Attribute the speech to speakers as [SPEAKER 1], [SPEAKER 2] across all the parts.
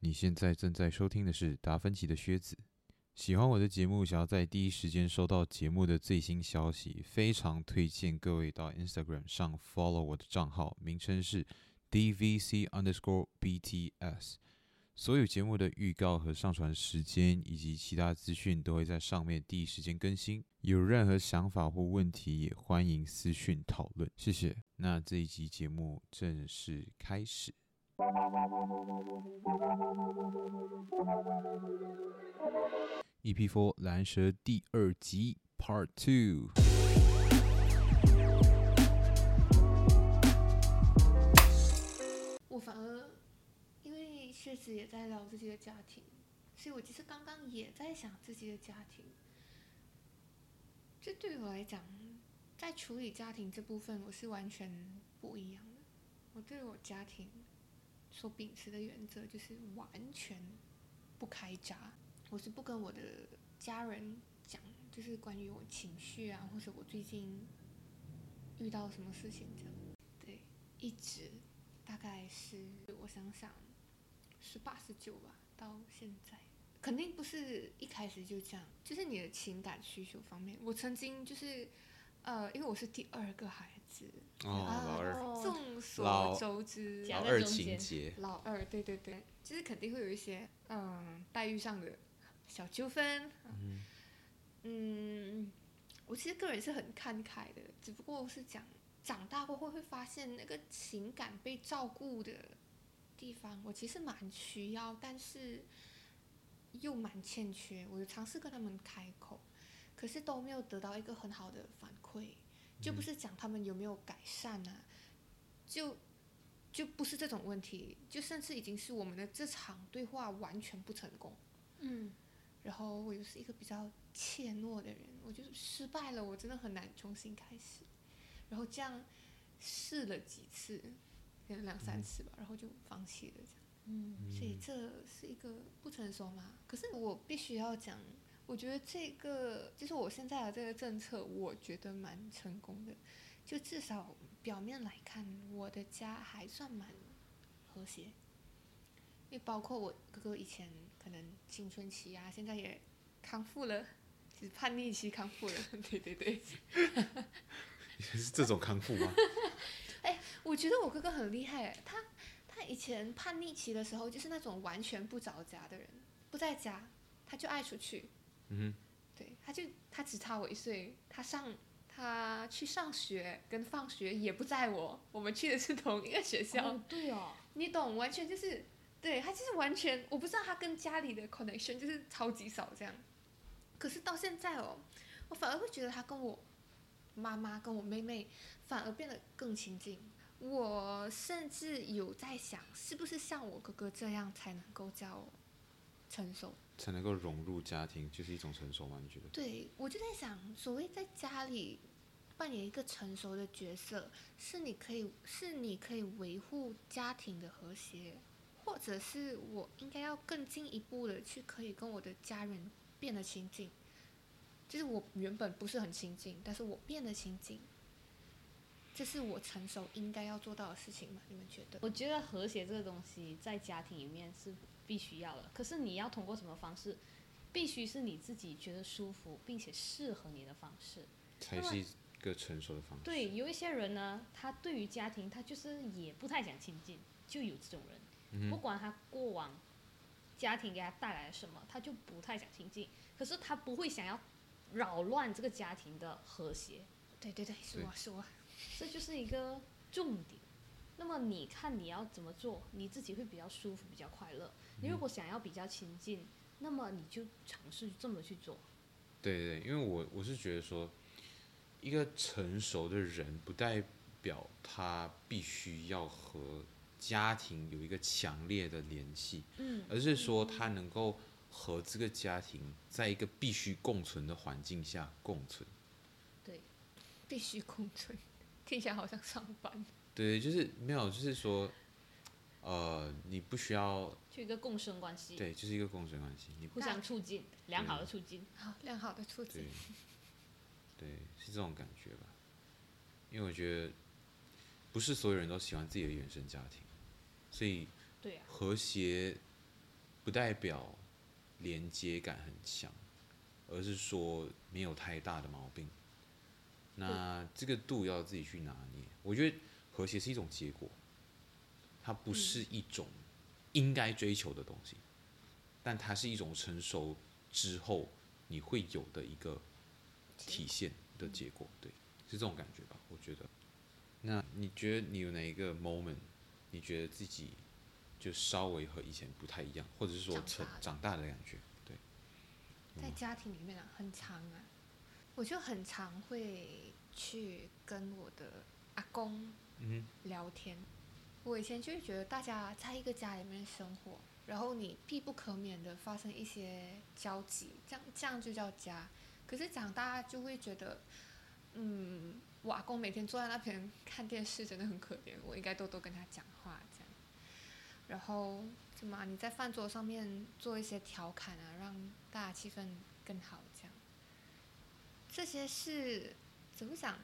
[SPEAKER 1] 你现在正在收听的是达芬奇的靴子。喜欢我的节目，想要在第一时间收到节目的最新消息，非常推荐各位到 Instagram 上 follow 我的账号，名称是 DVC underscore BTS。所有节目的预告和上传时间以及其他资讯都会在上面第一时间更新。有任何想法或问题，也欢迎私讯讨论。谢谢。那这一集节目正式开始。EP，E Four 蓝蛇第二集 Part Two。
[SPEAKER 2] 我反而因为确实也在聊自己的家庭，所以我其实刚刚也在想自己的家庭。这对我来讲，在处理家庭这部分，我是完全不一样的。我对我家庭所秉持的原则就是完全不开闸，我是不跟我的家人讲，就是关于我情绪啊，或者我最近遇到什么事情这样。对，一直大概是我想想，十八十九吧，到现在，肯定不是一开始就这样。就是你的情感需求方面，我曾经就是，呃，因为我是第二个孩子，啊
[SPEAKER 3] 哦，
[SPEAKER 2] 众所
[SPEAKER 1] 老
[SPEAKER 2] 周知，
[SPEAKER 3] 夹在中间
[SPEAKER 1] 节，
[SPEAKER 2] 老二，对对对，就是肯定会有一些嗯待遇上的小纠纷。啊嗯我其实个人是很看开的，只不过是讲长大过后会发现那个情感被照顾的地方，我其实蛮需要，但是又蛮欠缺。我有尝试跟他们开口，可是都没有得到一个很好的反馈，
[SPEAKER 1] 嗯
[SPEAKER 2] 就不是讲他们有没有改善啊，就就不是这种问题，就甚至已经是我们的这场对话完全不成功。
[SPEAKER 3] 嗯，
[SPEAKER 2] 然后我又是一个比较怯懦的人，我就失败了，我真的很难重新开始。然后这样试了几次，可能两三次吧，然后就放弃了这样。
[SPEAKER 3] 嗯，
[SPEAKER 2] 所以这是一个不成熟嘛。可是我必须要讲，我觉得这个就是我现在的这个政策，我觉得蛮成功的。就至少表面来看，我的家还算蛮和谐，因为包括我哥哥以前可能青春期啊，现在也康复了，就是叛逆期康复了。 对对对，
[SPEAKER 1] 嗯 是这种康 复吗？
[SPEAKER 2] 我觉得我哥哥很厉害，他他以前叛逆期的时候就是那种完全不着家的人，不在家他就爱出去，
[SPEAKER 1] 嗯
[SPEAKER 2] 对，他就他只差我一岁，他上他去上学跟放学也不在我，我们去的是同一个学校，
[SPEAKER 3] 哦对哦，
[SPEAKER 2] 你懂，完全就是对他就是完全我不知道他跟家里的 connection 就是超级少这样，可是到现在哦，我反而会觉得他跟我妈妈跟我妹妹反而变得更亲近。我甚至有在想，是不是像我哥哥这样才能够叫成熟？
[SPEAKER 1] 哼，才能够融入家庭，就是一种成熟嘛？你觉得？
[SPEAKER 2] 对，我就在想，所谓在家里扮演一个成熟的角色，是你可以是你可以维护家庭的和谐，或者是我应该要更进一步的去可以跟我的家人变得亲近，就是我原本不是很亲近，但是我变得亲近，这是我成熟应该要做到的事情嘛？你们觉得？
[SPEAKER 3] 我觉得和谐这个东西在家庭里面是必须要的，可是你要通过什么方式，必须是你自己觉得舒服并且适合你的方式。
[SPEAKER 1] 才是一个成熟的方式。
[SPEAKER 3] 对，有一些人呢，他对于家庭他就是也不太想亲近，就有这种人，
[SPEAKER 1] 嗯
[SPEAKER 3] 不
[SPEAKER 1] 哼，
[SPEAKER 3] 管他过往家庭给他带来了什么，他就不太想亲近，可是他不会想要扰乱这个家庭的和谐。
[SPEAKER 2] 对对对，是
[SPEAKER 1] 对
[SPEAKER 2] 我是我。
[SPEAKER 3] 这就是一个重点。那么你看你要怎么做，你自己会比较舒服、比较快乐。你
[SPEAKER 1] 嗯
[SPEAKER 3] 如果想要比较亲近，那么你就尝试这么去做。
[SPEAKER 1] 对对对，因为我我是觉得说，一个成熟的人不代表他必须要和家庭有一个强烈的联系，
[SPEAKER 3] 嗯，
[SPEAKER 1] 而是说他能够和这个家庭在一个必须共存的环境下共存。
[SPEAKER 3] 对，
[SPEAKER 2] 必须共存， 听起来好像上班。
[SPEAKER 1] 对，就是没有，就是说，呃，你不需要，
[SPEAKER 3] 就一个共生关系，
[SPEAKER 1] 对，嗯就是一个共存关系，你
[SPEAKER 3] 互相促进，良好的促进。
[SPEAKER 2] 好，良好的处置
[SPEAKER 1] 对。，对，是这种感觉吧。因为我觉得，不是所有人都喜欢自己的原生家庭，所以
[SPEAKER 3] 对啊，
[SPEAKER 1] 和谐不代表连接感很强，而是说没有太大的毛病。那这个度要自己去拿捏。我觉得和谐是一种结果，它不是一种应该追求的东西，但它是一种成熟之后你会有的一个体现的结果，对，是这种感觉吧？我觉得。那你觉得你有哪一个 moment，你觉得自己就稍微和以前不太一样，或者是说
[SPEAKER 3] 长
[SPEAKER 1] 成
[SPEAKER 3] 大了
[SPEAKER 1] 长大的感觉？对，
[SPEAKER 2] 在家庭里面啊，很常啊，我就很常会去跟我的阿公
[SPEAKER 1] 嗯
[SPEAKER 2] 聊天。我以前就是觉得大家在一个家里面生活，然后你必不可免的发生一些交集，这样这样就叫家。可是长大就会觉得，嗯，我阿公每天坐在那边看电视真的很可怜，我应该多多跟他讲话这样。然后什么啊，你在饭桌上面做一些调侃啊，让大家气氛更好这样。这些是怎么讲？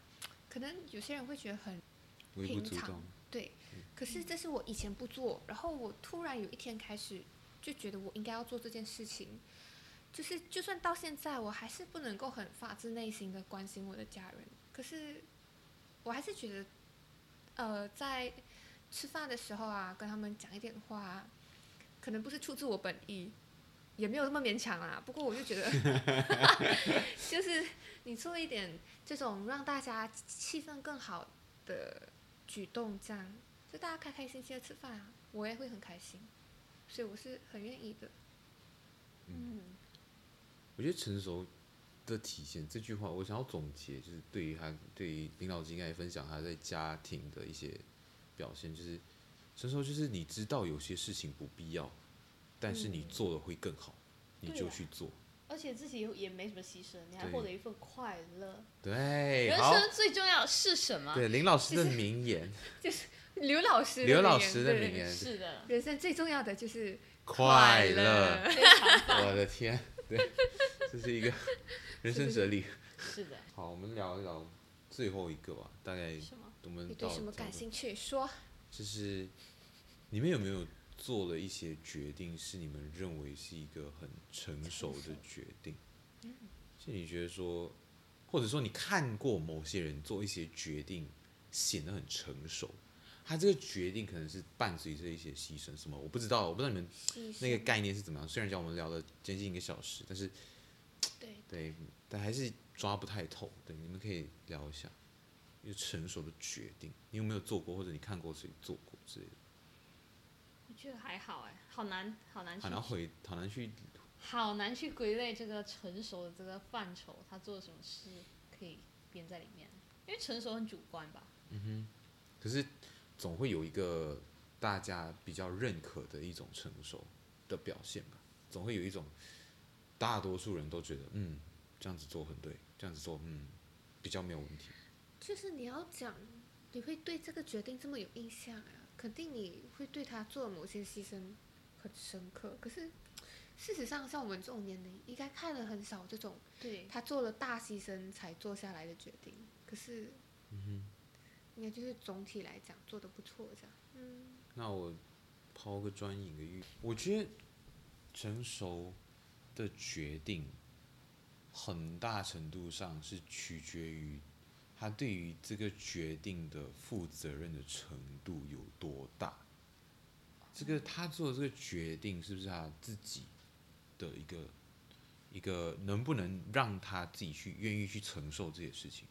[SPEAKER 2] 可能有些人会觉得很
[SPEAKER 1] 微不
[SPEAKER 2] 平
[SPEAKER 1] 足
[SPEAKER 2] 常
[SPEAKER 1] 道。
[SPEAKER 2] 对，可是这是我以前不做，然后我突然有一天开始就觉得我应该要做这件事情，就是就算到现在我还是不能够很发自内心的关心我的家人，可是我还是觉得，呃，在吃饭的时候啊，跟他们讲一点话啊、可能不是出自我本意。也没有那么勉强啊，不过我就觉得，就是你做一点这种让大家气氛更好的举动，这样就大家开开心心的吃饭啊，我也会很开心，所以我是很愿意的。
[SPEAKER 3] 嗯，
[SPEAKER 1] 我觉得成熟的体现这句话，我想要总结，就是对于他对于领导应该分享他在家庭的一些表现，就是成熟就是你知道有些事情不必要，但是你
[SPEAKER 3] 嗯
[SPEAKER 1] 做的会更好，你
[SPEAKER 3] 对
[SPEAKER 1] 就
[SPEAKER 3] 啦
[SPEAKER 1] 去做。
[SPEAKER 3] 而且自己也没什么牺牲，你还
[SPEAKER 1] 对
[SPEAKER 3] 获得一份快乐。
[SPEAKER 1] 对，
[SPEAKER 3] 人
[SPEAKER 1] 好，
[SPEAKER 3] 生最重要的是什么？
[SPEAKER 1] 对林老师的名言，
[SPEAKER 2] 刘老师的名
[SPEAKER 1] 刘
[SPEAKER 2] 言，
[SPEAKER 1] 老师的
[SPEAKER 2] 对
[SPEAKER 1] 名言，
[SPEAKER 3] 是的，
[SPEAKER 2] 人生最重要的就是
[SPEAKER 1] 快
[SPEAKER 2] 乐。
[SPEAKER 1] 乐。
[SPEAKER 3] 非常
[SPEAKER 1] 我的天，对，这是一个人生哲理。
[SPEAKER 3] 是的。
[SPEAKER 1] 好，我们聊一聊最后一个吧，大概
[SPEAKER 3] 什么？
[SPEAKER 1] 我们
[SPEAKER 2] 你对
[SPEAKER 1] 到
[SPEAKER 2] 什么
[SPEAKER 1] 差
[SPEAKER 2] 感
[SPEAKER 1] 不多
[SPEAKER 2] 兴趣？说，
[SPEAKER 1] 就是你们有没有做了一些决定，是你们认为是一个很成熟嗯的决定？就你觉得说，或者说你看过某些人做一些决定，显得很成熟，他这个决定可能是伴随着一些牺牲什么，我不知道，我不知道你们那个概念是怎么样。虽然讲我们聊了将近一个小时，但是
[SPEAKER 2] 对
[SPEAKER 1] 对，但还是抓不太透。对，你们可以聊一下。一个成熟的决定，你有没有做过，或者你看过谁做过之类的？
[SPEAKER 3] 我觉得还好哎，好难，好难去，
[SPEAKER 1] 好难回，好难去，
[SPEAKER 3] 好难去归类这个成熟的这个范畴，他做了什么事可以编在里面，因为成熟很主观吧。
[SPEAKER 1] 可是总会有一个大家比较认可的一种成熟的表现吧，总会有一种大多数人都觉得，嗯，这样子做很对，这样子做，嗯，比较没有问题。
[SPEAKER 2] 就是你要讲，你会对这个决定这么有印象啊，肯定你会对他做的某些牺牲很深刻。可是事实上，像我们这种年龄，应该看了很少这种
[SPEAKER 3] 对，
[SPEAKER 2] 他做了大牺牲才做下来的决定，可是，嗯应该就是总体来讲做的不错，这样，嗯，
[SPEAKER 1] 那我抛个砖引个玉，我觉得成熟的决定，很大程度上是取决于他对于这个决定的负责任的程度有多大。这个他做的这个决定是不是他自己的一个一个能不能让他自己去愿意去承受这些事情？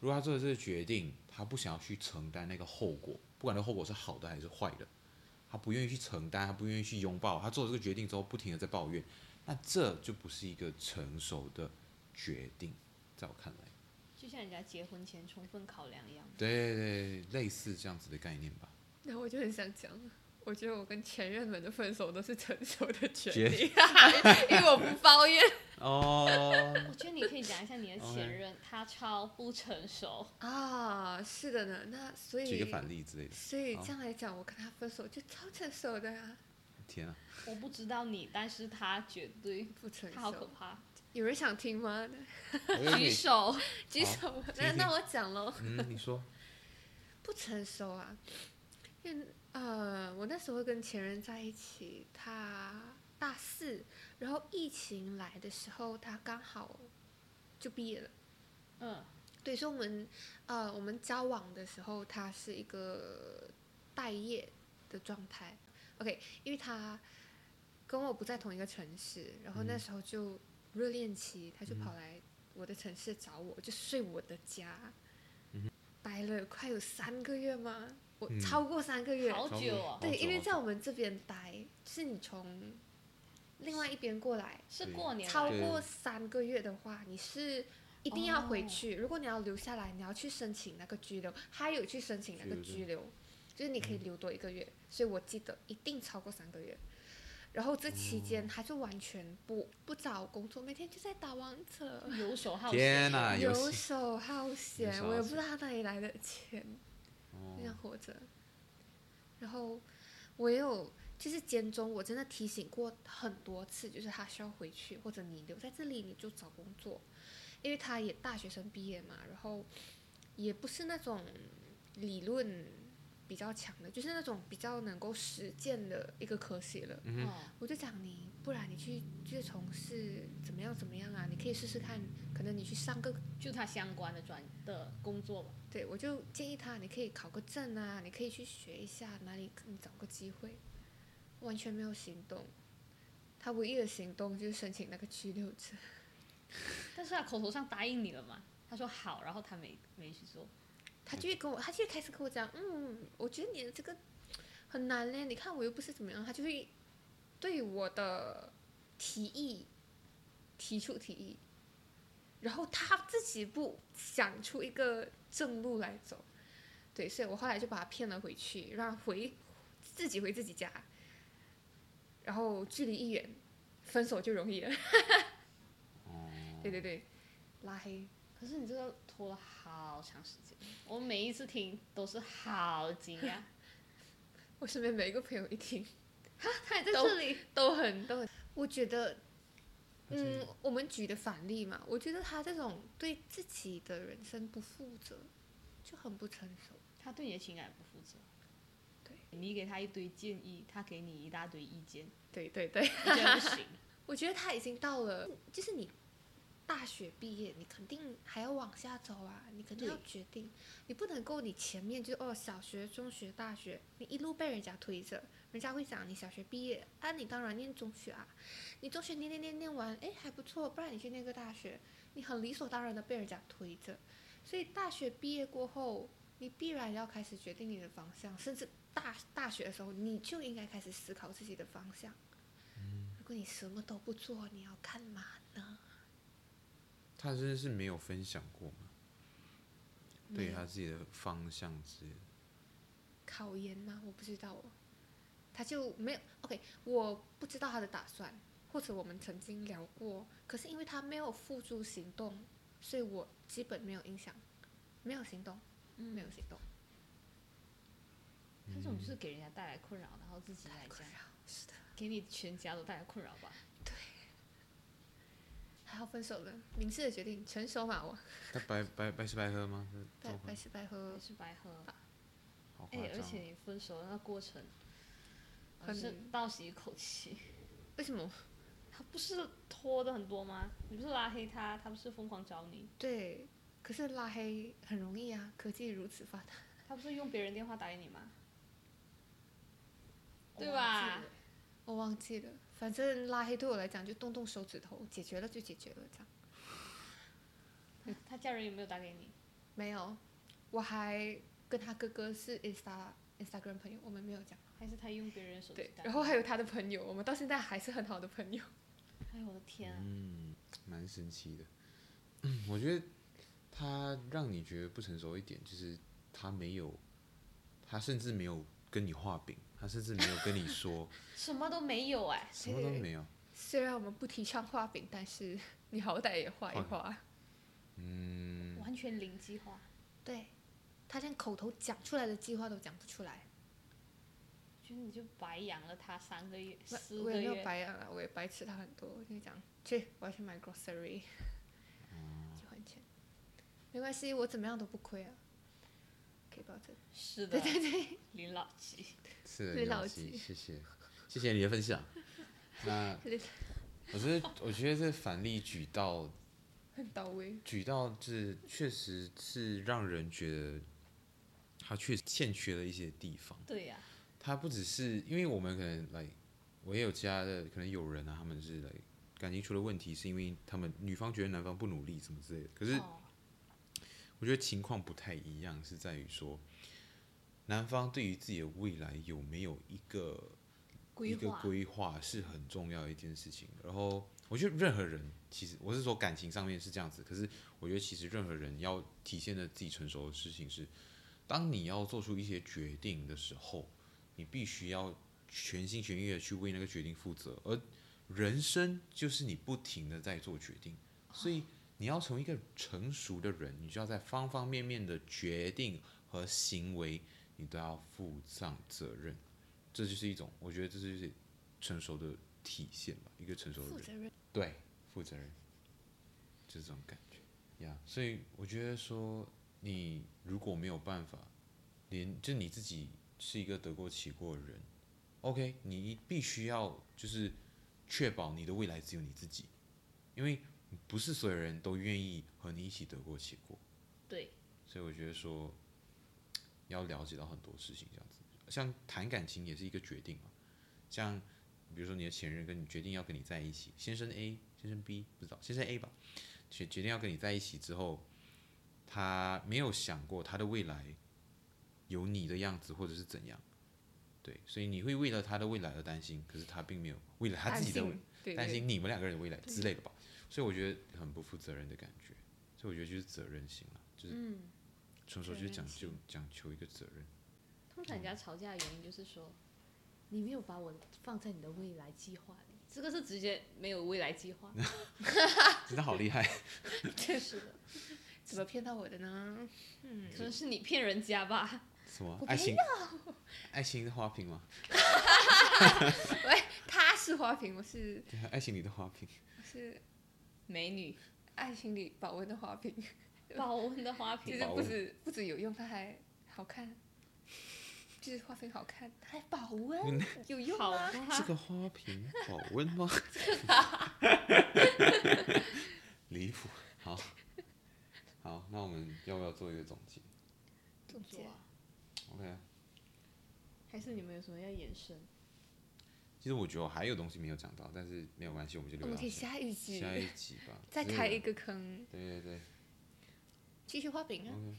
[SPEAKER 1] 如果他做的这个决定，他不想要去承担那个后果，不管那后果是好的还是坏的，他不愿意去承担，他不愿意去拥抱，他做了这个决定之后，不停的在抱怨，那这就不是一个成熟的决定，在我看来，
[SPEAKER 3] 就像人家结婚前充分考量一样。
[SPEAKER 1] 对对对，类似这样子的概念吧。
[SPEAKER 2] 然后我就很想讲，我觉得我跟前任们的分手都是成熟的决
[SPEAKER 1] 决
[SPEAKER 2] 定， 因为我不抱怨
[SPEAKER 1] 哦，
[SPEAKER 3] 我觉得你可以讲一下你的
[SPEAKER 1] OK
[SPEAKER 3] 前任，他超不成熟。
[SPEAKER 2] 啊，是的呢，那所以
[SPEAKER 1] 举个反例之类的，
[SPEAKER 2] 所以
[SPEAKER 1] 好
[SPEAKER 2] 这样来讲，我跟他分手就超成熟的啊，
[SPEAKER 1] 天啊，
[SPEAKER 3] 我不知道你，但是他绝对，
[SPEAKER 2] 不成
[SPEAKER 3] 他好可
[SPEAKER 2] 熟，
[SPEAKER 3] 怕。
[SPEAKER 2] 有人想听吗？
[SPEAKER 1] 我有
[SPEAKER 3] 举
[SPEAKER 1] 点，
[SPEAKER 3] 手，
[SPEAKER 2] 举手，
[SPEAKER 1] 听
[SPEAKER 2] 那
[SPEAKER 1] 听
[SPEAKER 2] 那我讲喽。
[SPEAKER 1] 哎嗯，你说，
[SPEAKER 2] 不成熟啊，因为呃，我那时候跟前任在一起，他大然后疫情来的时候，他刚好就毕业了。
[SPEAKER 3] 嗯
[SPEAKER 2] 对，所以我们呃，我们交往的时候，他是一个待业的状态。OK，因为他跟我不在同一个城市，然后那
[SPEAKER 1] 嗯
[SPEAKER 2] 时候就热恋期，他就
[SPEAKER 1] 嗯
[SPEAKER 2] 跑来我的城市找我，就睡我的家，
[SPEAKER 1] 嗯
[SPEAKER 2] 待了快有三个月吗？我
[SPEAKER 1] 嗯
[SPEAKER 2] 超过三个月，
[SPEAKER 3] 好
[SPEAKER 1] 超
[SPEAKER 3] 久
[SPEAKER 1] 过
[SPEAKER 3] 哦
[SPEAKER 2] 对，
[SPEAKER 1] 好久
[SPEAKER 2] 因为
[SPEAKER 1] 好
[SPEAKER 2] 在
[SPEAKER 1] 久
[SPEAKER 2] 我们这边待，是你从另外一边过来，
[SPEAKER 3] 是
[SPEAKER 1] 对
[SPEAKER 3] 过年
[SPEAKER 2] 超
[SPEAKER 3] 来的
[SPEAKER 2] 过三个月的话，你是一定要回
[SPEAKER 3] 哦
[SPEAKER 2] 去。如果你要留下来，你要去申请那个居留，还有去申请那个
[SPEAKER 1] 居
[SPEAKER 2] 居留，就是
[SPEAKER 1] 嗯
[SPEAKER 2] 你可以留多一个月。所以我记得一定超过三个月。然后这期
[SPEAKER 1] 哦
[SPEAKER 2] 间他就完全不不找工作，每天就在打王者，
[SPEAKER 3] 游手好闲。
[SPEAKER 1] 天哪打游
[SPEAKER 2] 游
[SPEAKER 1] 戏
[SPEAKER 2] 手好
[SPEAKER 1] 游
[SPEAKER 2] 闲。
[SPEAKER 1] 手
[SPEAKER 2] 我也
[SPEAKER 1] 好
[SPEAKER 2] 不知道他哪里来的钱，就这样
[SPEAKER 1] 哦，
[SPEAKER 2] 活着。然后我也有，就是间中我真的提醒过很多次，就是他需要回去，或者你留在这里你就找工作，因为他也大学生毕业嘛，然后也不是那种理论比较强的，就是那种比较能够实践的一个科系了。
[SPEAKER 1] 嗯哼，
[SPEAKER 2] 我就讲你，不然你去就是从事怎么样怎么样啊？你可以试试看，可能你去上个
[SPEAKER 3] 就他相关的专的工作吧。
[SPEAKER 2] 对，我就建议他，你可以考个证啊，你可以去学一下哪里，你找个机会。完全没有行动，他唯一的行动就是申请那个居留证。
[SPEAKER 3] 但是他口头上答应你了嘛？他说好，然后他没没去做。
[SPEAKER 2] 他就会跟我，他就会开始跟我讲，嗯，我觉得你的这个很难嘞，你看我又不是怎么样，他就会对我的提议提出提议，然后他自己不想出一个正路来走，对，所以我后来就把他骗了回去，让他回自己回自己家，然后距离一远，分手就容易了，
[SPEAKER 1] 哦，
[SPEAKER 2] 对对对，拉黑。
[SPEAKER 3] 可是你这个拖了好长时间，我每一次听都是好惊讶，
[SPEAKER 2] 我身边每一个朋友一听
[SPEAKER 3] 哈，他也在这里，
[SPEAKER 2] 都很都很，我觉得
[SPEAKER 1] 他真
[SPEAKER 2] 嗯，我们举的反例嘛，我觉得他这种对自己的人生不负责，就很不成熟。
[SPEAKER 3] 他对你的情感不负责。
[SPEAKER 2] 对，
[SPEAKER 3] 你给他一堆建议，他给你一大堆意 见，
[SPEAKER 2] 对对对，
[SPEAKER 3] 这样不行。
[SPEAKER 2] 我觉得他已经到了，就是你大学毕业，你肯定还要往下走啊，你肯定要
[SPEAKER 3] 对
[SPEAKER 2] 决定，你不能够你前面就哦小学、中学、大学，你一路被人家推着，人家会讲你小学毕业啊，你当然念中学啊，你中学念念念念完，哎还不错，不然你去念个大学，你很理所当然的被人家推着，所以大学毕业过后，你必然要开始决定你的方向，甚至大大学的时候，你就应该开始思考自己的方向。如果你什么都不做，你要干嘛呢？
[SPEAKER 1] 他真的是没有分享过吗？对啊
[SPEAKER 2] 嗯
[SPEAKER 3] 没
[SPEAKER 1] 他
[SPEAKER 3] 有
[SPEAKER 1] 自己的方向之类的，
[SPEAKER 2] 考研吗？我不知道哦。他就没有 OK，我不知道他的打算，或者我们曾经聊过，可是因为他没有付诸行动，所以我基本没有印象，没有行动，
[SPEAKER 3] 嗯
[SPEAKER 2] 没有行动，
[SPEAKER 3] 他这种就是给人家带来困扰，然后自己来
[SPEAKER 2] 困
[SPEAKER 3] 讲，
[SPEAKER 2] 扰是的，
[SPEAKER 3] 给你全家都带来困扰吧。
[SPEAKER 2] 还好分手了，明智的决定，成熟嘛我，
[SPEAKER 1] 他白白白吃白喝吗？这
[SPEAKER 2] 白
[SPEAKER 1] 种
[SPEAKER 2] 白吃白
[SPEAKER 3] 也
[SPEAKER 2] 喝，
[SPEAKER 3] 是白喝。
[SPEAKER 1] 好夸
[SPEAKER 3] 哎，而
[SPEAKER 1] 张
[SPEAKER 3] 且
[SPEAKER 1] 哦，
[SPEAKER 3] 你分手的那个过程，我
[SPEAKER 2] 很
[SPEAKER 3] 是倒吸一口气。
[SPEAKER 2] 为什么？
[SPEAKER 3] 他不是拖的很多吗？你不是拉黑他，他不是疯狂找你，
[SPEAKER 2] 对，可是拉黑很容易啊，科技如此发达，
[SPEAKER 3] 他不是用别人电话打给你吗？对
[SPEAKER 2] 我忘记
[SPEAKER 3] 吧
[SPEAKER 2] 了？我忘记了，反正拉黑对我来讲就动动手指头，解决了就解决了，这样。
[SPEAKER 3] 他家人有没有打给你？
[SPEAKER 2] 没有，我还跟他哥哥是 Insta Instagram 朋友，我们没有讲。
[SPEAKER 3] 还是他用别人手机
[SPEAKER 2] 对，
[SPEAKER 3] 打？
[SPEAKER 2] 然后还有他的朋友，我们到现在还是很好的朋友。
[SPEAKER 3] 哎呦我的天啊！
[SPEAKER 1] 嗯，蛮神奇的。嗯我觉得他让你觉得不成熟一点，就是他没有，他甚至没有跟你画饼，他甚至没有跟你 说，
[SPEAKER 3] 什么都没有哎，
[SPEAKER 1] 什么都没有。
[SPEAKER 2] 虽然我们不提倡画饼，但是 你好歹也画一画。
[SPEAKER 1] 嗯，
[SPEAKER 3] 完全零计划。
[SPEAKER 2] 对，他连口头讲出来的计划都讲不出来。
[SPEAKER 3] 我觉得你就白养了他三个月、
[SPEAKER 2] 我
[SPEAKER 3] 四
[SPEAKER 2] 我
[SPEAKER 3] 个
[SPEAKER 2] 也没有
[SPEAKER 3] 月，
[SPEAKER 2] 白养啊，我也白吃他很多。我就讲去，我要去买 grocery，去
[SPEAKER 1] 嗯
[SPEAKER 2] 还钱。没关系，我怎么样都不亏啊，可以保证。
[SPEAKER 3] 是的，对对对，林老吉。
[SPEAKER 1] 是的，
[SPEAKER 2] 对
[SPEAKER 1] 李
[SPEAKER 2] 老
[SPEAKER 1] 老
[SPEAKER 2] 吉
[SPEAKER 1] 吉，谢谢，谢谢你的分享。那
[SPEAKER 2] 对
[SPEAKER 1] 我觉得我觉得这反例举到
[SPEAKER 2] 很到位。
[SPEAKER 1] 举到是确实是让人觉得他确实欠缺了一些地方。
[SPEAKER 3] 对呀、
[SPEAKER 1] 他不只是因为我们可能来，我也有其他的可能有人啊，他们是来感情出了问题，是因为他们女方觉得男方不努力什么之类的。可是
[SPEAKER 3] 哦，
[SPEAKER 1] 我觉得情况不太一样，是在于说男方对于自己的未来有没有一个一
[SPEAKER 3] 规
[SPEAKER 1] 个嗯
[SPEAKER 3] 划
[SPEAKER 1] 规划是很重要的一件事情。然后我觉得任何人，其实我是说感情上面是这样子，可是我觉得其实任何人要体现的自己成熟的事情是，当你要做出一些决定的时候，你必须要全心全意的去为那个决定负责。而人生就是你不停的在做决定，所以你要成为一个成熟的人，你就要在方方面面的决定和行为，你都要负上责任。这就是一种，我觉得这就是成熟的体现吧，一个成熟的
[SPEAKER 2] 负
[SPEAKER 1] 人
[SPEAKER 2] 责任，
[SPEAKER 1] 对负责任，就是这种感觉呀。所以我觉得说，你如果没有办法，连就你自己是一个得过且过的人，OK，你必须要就是确保你的未来只有你自己，因为不是所有人都愿意和你一起得过且过。
[SPEAKER 3] 对，
[SPEAKER 1] 所以我觉得说，要了解到很多事情，这样子，像谈感情也是一个决定嘛。像比如说你的前任跟你决定要跟你在一起，先生 A，先生 B，不知道先生 A 吧，决决定要跟你在一起之后，他没有想过他的未来有你的样子或者是怎样，对，所以你会为了他的未来而担心，可是他并没有为了他
[SPEAKER 2] 担
[SPEAKER 1] 自己的未
[SPEAKER 2] 心，对
[SPEAKER 1] 担
[SPEAKER 2] 对
[SPEAKER 1] 心你们两个人的未来
[SPEAKER 3] 对
[SPEAKER 1] 之类的吧。所以我觉得很不负责任的感觉，所以我觉得就是责任心了，就是
[SPEAKER 3] 嗯，
[SPEAKER 1] 成熟就是讲
[SPEAKER 3] 责
[SPEAKER 1] 究讲求一个责任。
[SPEAKER 3] 通常人家吵架的原因就是说，你没有把我放在你的未来计划里，这个是直接没有未来 计划，
[SPEAKER 1] 真的好厉 害，
[SPEAKER 3] 确实的，嗯
[SPEAKER 2] 怎么骗到我的呢？
[SPEAKER 3] 可能是你骗人家吧？
[SPEAKER 1] 什么
[SPEAKER 3] 我
[SPEAKER 1] 爱
[SPEAKER 3] 没
[SPEAKER 1] 情？爱情的花瓶吗？
[SPEAKER 2] 他是花瓶，我是
[SPEAKER 1] 对啊，爱情里的花瓶。
[SPEAKER 2] 我是
[SPEAKER 3] 美女，
[SPEAKER 2] 爱情里保温的 花瓶，
[SPEAKER 3] 保温的花
[SPEAKER 2] 就
[SPEAKER 3] 瓶
[SPEAKER 2] 是，
[SPEAKER 1] 保
[SPEAKER 2] 不
[SPEAKER 1] 温
[SPEAKER 2] 止不止有用，它还好看，就是花瓶好看，还保温，
[SPEAKER 1] 嗯
[SPEAKER 2] 有用
[SPEAKER 3] 好
[SPEAKER 2] 吗？
[SPEAKER 1] 这
[SPEAKER 3] 吧，
[SPEAKER 1] 个花瓶保温 吗？离谱。好，好，那我们要不要做一个总结
[SPEAKER 2] 总结
[SPEAKER 3] 啊
[SPEAKER 1] ？OK 啊。
[SPEAKER 3] 还是你们有什么要延伸？
[SPEAKER 1] 其实我觉得我还有东西没有讲到，但是没有关系，我们就
[SPEAKER 2] 我
[SPEAKER 1] 留
[SPEAKER 2] 们
[SPEAKER 1] 到
[SPEAKER 2] 可以
[SPEAKER 1] 下
[SPEAKER 2] 下一集
[SPEAKER 1] 啊下一集吧。
[SPEAKER 2] 再
[SPEAKER 1] 之类
[SPEAKER 2] 开
[SPEAKER 1] 的
[SPEAKER 2] 一个坑，
[SPEAKER 1] 对对对。
[SPEAKER 2] 继续花瓶啊，
[SPEAKER 1] OK。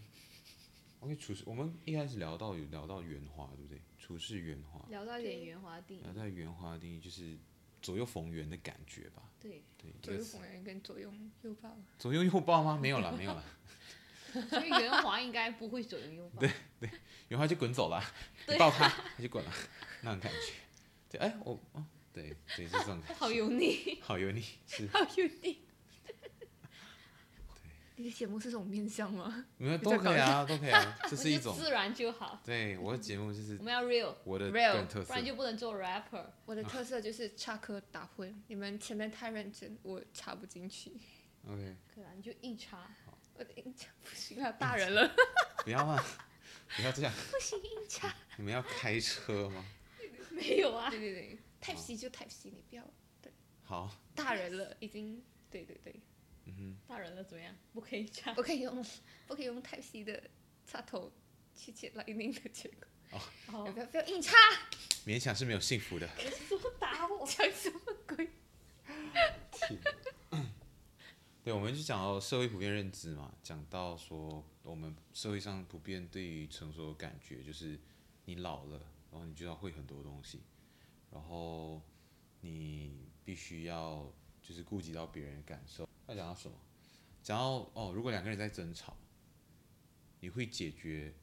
[SPEAKER 1] OK，处事我们一开始聊到有聊到圆滑，对不对？处事圆滑，
[SPEAKER 3] 哦聊到一点
[SPEAKER 2] 对
[SPEAKER 3] 圆滑地，
[SPEAKER 1] 聊到圆滑的定义就是左右逢源的感觉吧？
[SPEAKER 3] 对，
[SPEAKER 1] 对，一
[SPEAKER 2] 左
[SPEAKER 1] 个
[SPEAKER 2] 右
[SPEAKER 1] 词
[SPEAKER 2] 逢源跟左右右抱，
[SPEAKER 1] 左右右抱吗？没有了，没 有了，
[SPEAKER 3] 所以圆滑应该不会左右 右抱，
[SPEAKER 1] 圆滑就滚走了，你
[SPEAKER 3] 对
[SPEAKER 1] 抱他他就滚了，那种感觉。对，哎，我哦，对，对，是这种感
[SPEAKER 3] 好
[SPEAKER 1] 觉，
[SPEAKER 3] 油腻，
[SPEAKER 1] 好油腻，是
[SPEAKER 3] 好油腻。
[SPEAKER 2] 你的节目是这种面向吗？
[SPEAKER 1] 没有
[SPEAKER 2] 比
[SPEAKER 1] 都
[SPEAKER 2] 较
[SPEAKER 1] 可以
[SPEAKER 2] 搞
[SPEAKER 1] 啊，都可以啊，这
[SPEAKER 3] 我
[SPEAKER 1] 是一
[SPEAKER 3] 就
[SPEAKER 1] 种。
[SPEAKER 3] 自然就好。
[SPEAKER 1] 对，我的节目就是
[SPEAKER 3] 我们要 real，
[SPEAKER 1] 我的
[SPEAKER 2] real，
[SPEAKER 1] 个人特
[SPEAKER 3] 不
[SPEAKER 1] 色
[SPEAKER 3] 然，就不能做 rapper。
[SPEAKER 2] 我的特色
[SPEAKER 1] 啊
[SPEAKER 2] 就是插科打诨，你们前面太认真，我插不进去，
[SPEAKER 1] OK，
[SPEAKER 3] 可能就硬插，
[SPEAKER 2] 我的印象不行啊，大人了，
[SPEAKER 1] 不要嘛， 不要这样，
[SPEAKER 2] 不行硬插。
[SPEAKER 1] 你们要开车吗？
[SPEAKER 3] 没有啊，
[SPEAKER 2] 对对对
[SPEAKER 1] 好
[SPEAKER 2] ，Type C 就 Type C，你不要
[SPEAKER 1] 好，
[SPEAKER 2] 大人了，已经对对对，
[SPEAKER 1] 嗯哼。
[SPEAKER 3] 大人了怎么样？不可以 插。
[SPEAKER 2] 不可以用不可以用 Type C 的插头去接 Lightning 的接口，
[SPEAKER 3] 哦，
[SPEAKER 2] 不要不要硬插，
[SPEAKER 1] 勉强是没有幸福的。
[SPEAKER 3] 怎么打我？
[SPEAKER 2] 讲什么鬼？
[SPEAKER 1] 对，我们就讲到社会普遍认知嘛，讲到说我们社会上普遍对于成熟的感觉就是你老了，然后你就要会很多东西，然后你必须要就是顾及到别人的感受。要讲到什么？讲到哦，如果两个人在争吵，你会解决